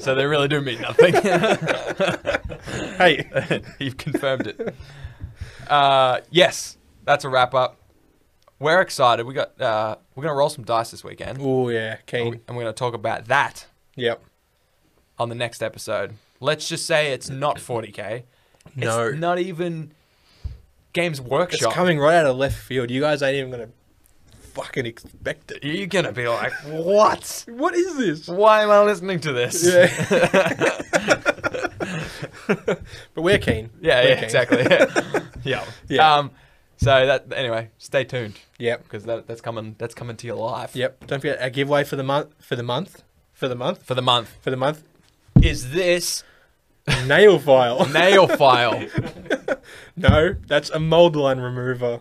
[SPEAKER 2] so they really do mean nothing.
[SPEAKER 1] there. hey,
[SPEAKER 2] You've confirmed it. Uh, yes, that's a wrap up. We're excited. We got uh, we're gonna roll some dice this weekend,
[SPEAKER 1] oh yeah,
[SPEAKER 2] and
[SPEAKER 1] keen.
[SPEAKER 2] we- and we're gonna talk about that
[SPEAKER 1] Yep.
[SPEAKER 2] on the next episode. Let's just say it's not 40k.
[SPEAKER 1] No.
[SPEAKER 2] it's not even Games
[SPEAKER 1] It's
[SPEAKER 2] Workshop.
[SPEAKER 1] coming right out of left field. You guys ain't even gonna fucking expect it.
[SPEAKER 2] You're gonna be like, what?
[SPEAKER 1] What is this?
[SPEAKER 2] Why am I listening to this?
[SPEAKER 1] Yeah. but we're keen.
[SPEAKER 2] yeah,
[SPEAKER 1] We're
[SPEAKER 2] yeah
[SPEAKER 1] keen.
[SPEAKER 2] exactly. yeah.
[SPEAKER 1] Yeah.
[SPEAKER 2] Um. So that anyway, stay tuned
[SPEAKER 1] Yep.
[SPEAKER 2] because that, that's coming. That's coming to your life.
[SPEAKER 1] Yep. Don't forget our giveaway for the month. For the month. For the month.
[SPEAKER 2] For the month
[SPEAKER 1] For the month.
[SPEAKER 2] is this
[SPEAKER 1] Nail file.
[SPEAKER 2] nail file.
[SPEAKER 1] no, that's a mold line remover.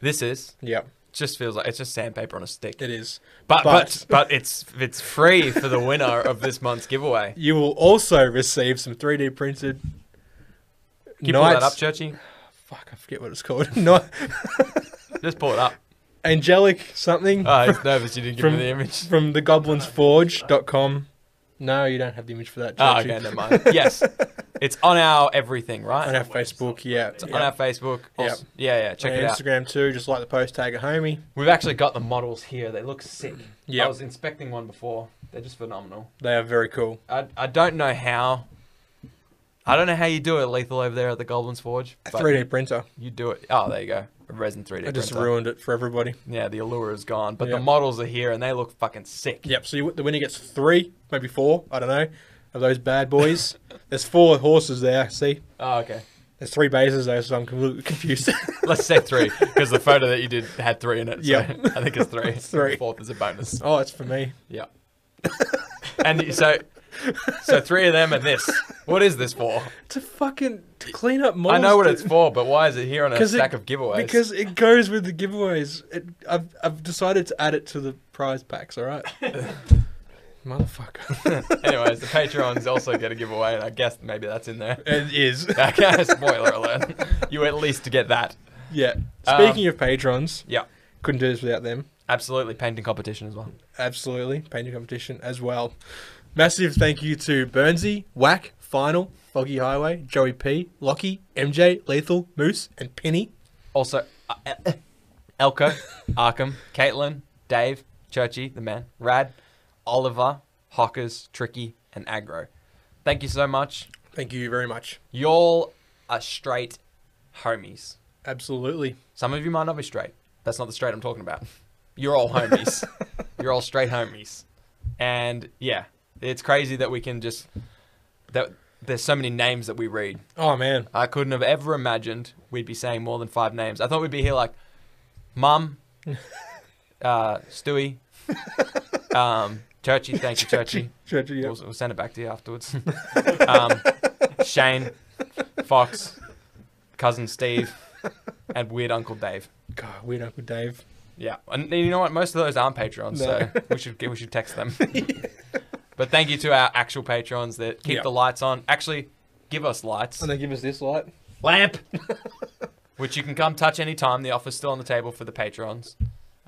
[SPEAKER 2] This is
[SPEAKER 1] Yep.
[SPEAKER 2] just feels like it's just sandpaper on a stick.
[SPEAKER 1] It is.
[SPEAKER 2] But
[SPEAKER 1] But-
[SPEAKER 2] but but it's it's free for the winner of this month's giveaway.
[SPEAKER 1] You will also receive some 3D printed.
[SPEAKER 2] Can you pull that
[SPEAKER 1] Knights-
[SPEAKER 2] up, Churchy?
[SPEAKER 1] Fuck, I forget what it's called. Not
[SPEAKER 2] Just pull it up.
[SPEAKER 1] angelic something
[SPEAKER 2] Oh, he's nervous you didn't give
[SPEAKER 1] From-
[SPEAKER 2] me the image.
[SPEAKER 1] from the goblinsforge.com. No, you don't have the image for that.
[SPEAKER 2] Oh,
[SPEAKER 1] Georgie.
[SPEAKER 2] okay, never mind. Yes. It's on our everything, right?
[SPEAKER 1] On our Facebook, yeah.
[SPEAKER 2] It's
[SPEAKER 1] yeah.
[SPEAKER 2] on our Facebook. Also- Yeah, yeah, check
[SPEAKER 1] On
[SPEAKER 2] it out.
[SPEAKER 1] Instagram too. Just like the post, tag a homie.
[SPEAKER 2] We've actually got the models here. They look sick.
[SPEAKER 1] Yeah,
[SPEAKER 7] I was inspecting one before. They're just phenomenal.
[SPEAKER 1] they are very cool.
[SPEAKER 2] I, I don't know how. I don't know how you do it, Lethal, over there at the Goblin's Forge.
[SPEAKER 1] A
[SPEAKER 2] but
[SPEAKER 1] 3D printer.
[SPEAKER 2] You do it. Oh, there you go. A resin 3D.
[SPEAKER 1] I just
[SPEAKER 2] printer.
[SPEAKER 1] ruined it for everybody.
[SPEAKER 2] Yeah, the allure is gone, but
[SPEAKER 1] Yeah.
[SPEAKER 2] the models are here and they look fucking sick.
[SPEAKER 1] Yep. So you, the winner gets three, maybe four. I don't know. Of those bad boys. There's four horses there. See,
[SPEAKER 2] Oh, okay.
[SPEAKER 1] there's three bases there, so I'm completely confused.
[SPEAKER 2] Let's say three because the photo that you did had three in it. So
[SPEAKER 1] Yeah.
[SPEAKER 2] I think it's three.
[SPEAKER 1] It's three.
[SPEAKER 2] Fourth is a bonus.
[SPEAKER 1] oh, it's for me.
[SPEAKER 2] Yeah. and so, so three of them and this. What is this for?
[SPEAKER 1] To fucking to clean up models.
[SPEAKER 2] I know what
[SPEAKER 1] to-
[SPEAKER 2] it's for, but why is it here on a
[SPEAKER 1] 'Cause it-
[SPEAKER 2] stack of giveaways?
[SPEAKER 1] Because it goes with the giveaways. It, I've, I've decided to add it to the prize packs, all right? Motherfucker.
[SPEAKER 2] Anyways, the Patreons also get a giveaway, and I guess maybe that's in there.
[SPEAKER 1] it is.
[SPEAKER 2] Okay, spoiler alert. You at least get that.
[SPEAKER 1] Yeah.
[SPEAKER 2] Um,
[SPEAKER 1] Speaking of patrons,
[SPEAKER 2] Yeah.
[SPEAKER 1] couldn't do this without them.
[SPEAKER 2] Absolutely, painting competition as well.
[SPEAKER 1] Absolutely. Painting competition as well. Massive thank you to Burnsy, Whack, Final, Foggy Highway, Joey P, Lockie, MJ, Lethal, Moose, and Penny.
[SPEAKER 2] Also, uh, uh, Elko, Arkham, Caitlin, Dave, Churchy, the man, Rad, Oliver, Hockers, Tricky, and Agro. Thank you so much.
[SPEAKER 1] Thank you very much.
[SPEAKER 2] Y'all are straight homies.
[SPEAKER 1] Absolutely.
[SPEAKER 2] Some of you might not be straight. That's not the straight I'm talking about. You're all homies. You're all straight homies. And yeah, it's crazy that we can just that there's so many names that we read.
[SPEAKER 1] Oh, man.
[SPEAKER 2] I couldn't have ever imagined we'd be saying more than five names. I thought we'd be here like Mum, uh, Stewie, um, Churchy, thank you, Churchy.
[SPEAKER 1] Churchy, yeah.
[SPEAKER 2] We'll, we'll send it back to you afterwards. um, Shane, Fox, cousin Steve, and weird Uncle Dave.
[SPEAKER 1] God, weird Uncle Dave.
[SPEAKER 2] Yeah, and you know what? Most of those aren't Patreons,
[SPEAKER 1] No.
[SPEAKER 2] so we should we should text them. But thank you to our actual Patreons that keep
[SPEAKER 1] Yeah.
[SPEAKER 2] the lights on. Actually, give us lights,
[SPEAKER 1] And they give us this light.
[SPEAKER 2] lamp, which you can come touch anytime. The offer's still on the table for the Patreons.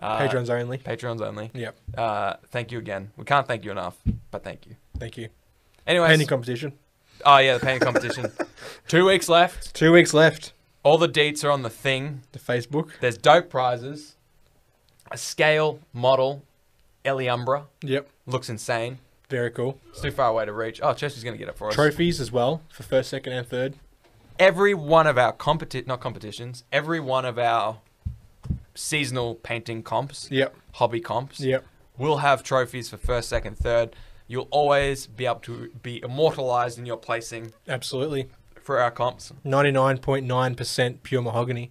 [SPEAKER 2] Uh,
[SPEAKER 1] Patrons only.
[SPEAKER 2] Patreons only.
[SPEAKER 1] Yep.
[SPEAKER 2] Uh, thank you again. We can't thank you enough, but thank you.
[SPEAKER 1] Thank you.
[SPEAKER 2] Anyways,
[SPEAKER 1] Painting competition.
[SPEAKER 2] oh yeah, the painting competition. Two weeks left.
[SPEAKER 1] Two weeks left.
[SPEAKER 2] All the deets are on the thing.
[SPEAKER 1] The Facebook.
[SPEAKER 2] There's dope prizes, a scale model, Eliumbra.
[SPEAKER 1] Yep.
[SPEAKER 2] Looks insane.
[SPEAKER 1] Very cool.
[SPEAKER 2] It's too far away to reach. Oh, Chester's going to get it for us.
[SPEAKER 1] Trophies as well for first, second, and third.
[SPEAKER 2] Every one of our competi- not competitions, every one of our seasonal painting comps,
[SPEAKER 1] Yep.
[SPEAKER 2] hobby comps,
[SPEAKER 1] Yep.
[SPEAKER 2] will have trophies for first, second, third. You'll always be able to be immortalized in your placing
[SPEAKER 1] Absolutely.
[SPEAKER 2] for our comps.
[SPEAKER 1] 99.9% pure mahogany.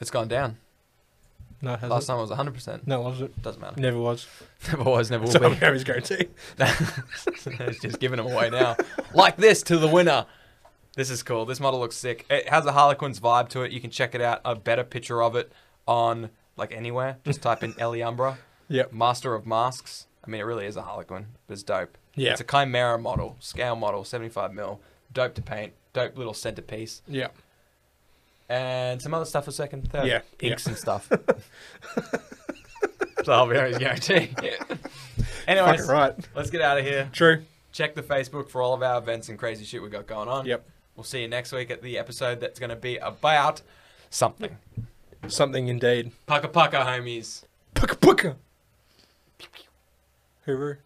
[SPEAKER 2] It's gone down.
[SPEAKER 1] No, it hasn't.
[SPEAKER 2] Last time it was 100%.
[SPEAKER 1] No, was it?
[SPEAKER 2] Doesn't matter.
[SPEAKER 1] Never was.
[SPEAKER 2] Never was, never will
[SPEAKER 1] So
[SPEAKER 2] be.
[SPEAKER 1] I have his guarantee.
[SPEAKER 2] it's just giving them away now. Like this to the winner. This is cool. This model looks sick. It has a Harlequin's vibe to it. You can check it out. A better picture of it on like anywhere. Just type in Eliumbra,
[SPEAKER 1] Yep.
[SPEAKER 2] Master of Masks. I mean, it really is a Harlequin. But it's dope.
[SPEAKER 1] Yeah.
[SPEAKER 2] It's a Chimera model, scale model, 75 mil. Dope to paint. Dope little centerpiece.
[SPEAKER 1] Yep.
[SPEAKER 2] And some other stuff for second, third.
[SPEAKER 1] Yeah,
[SPEAKER 2] Inks and stuff. so I'll be honest, guarantee. Anyways,
[SPEAKER 1] Fucking right.
[SPEAKER 2] let's get out of here
[SPEAKER 1] True.
[SPEAKER 2] check the Facebook for all of our events and crazy shit we got going on.
[SPEAKER 1] Yep.
[SPEAKER 2] We'll see you next week at the episode that's going to be about something.
[SPEAKER 1] Something indeed.
[SPEAKER 2] Pucka pucka, homies.
[SPEAKER 1] Puka puka. Hoover.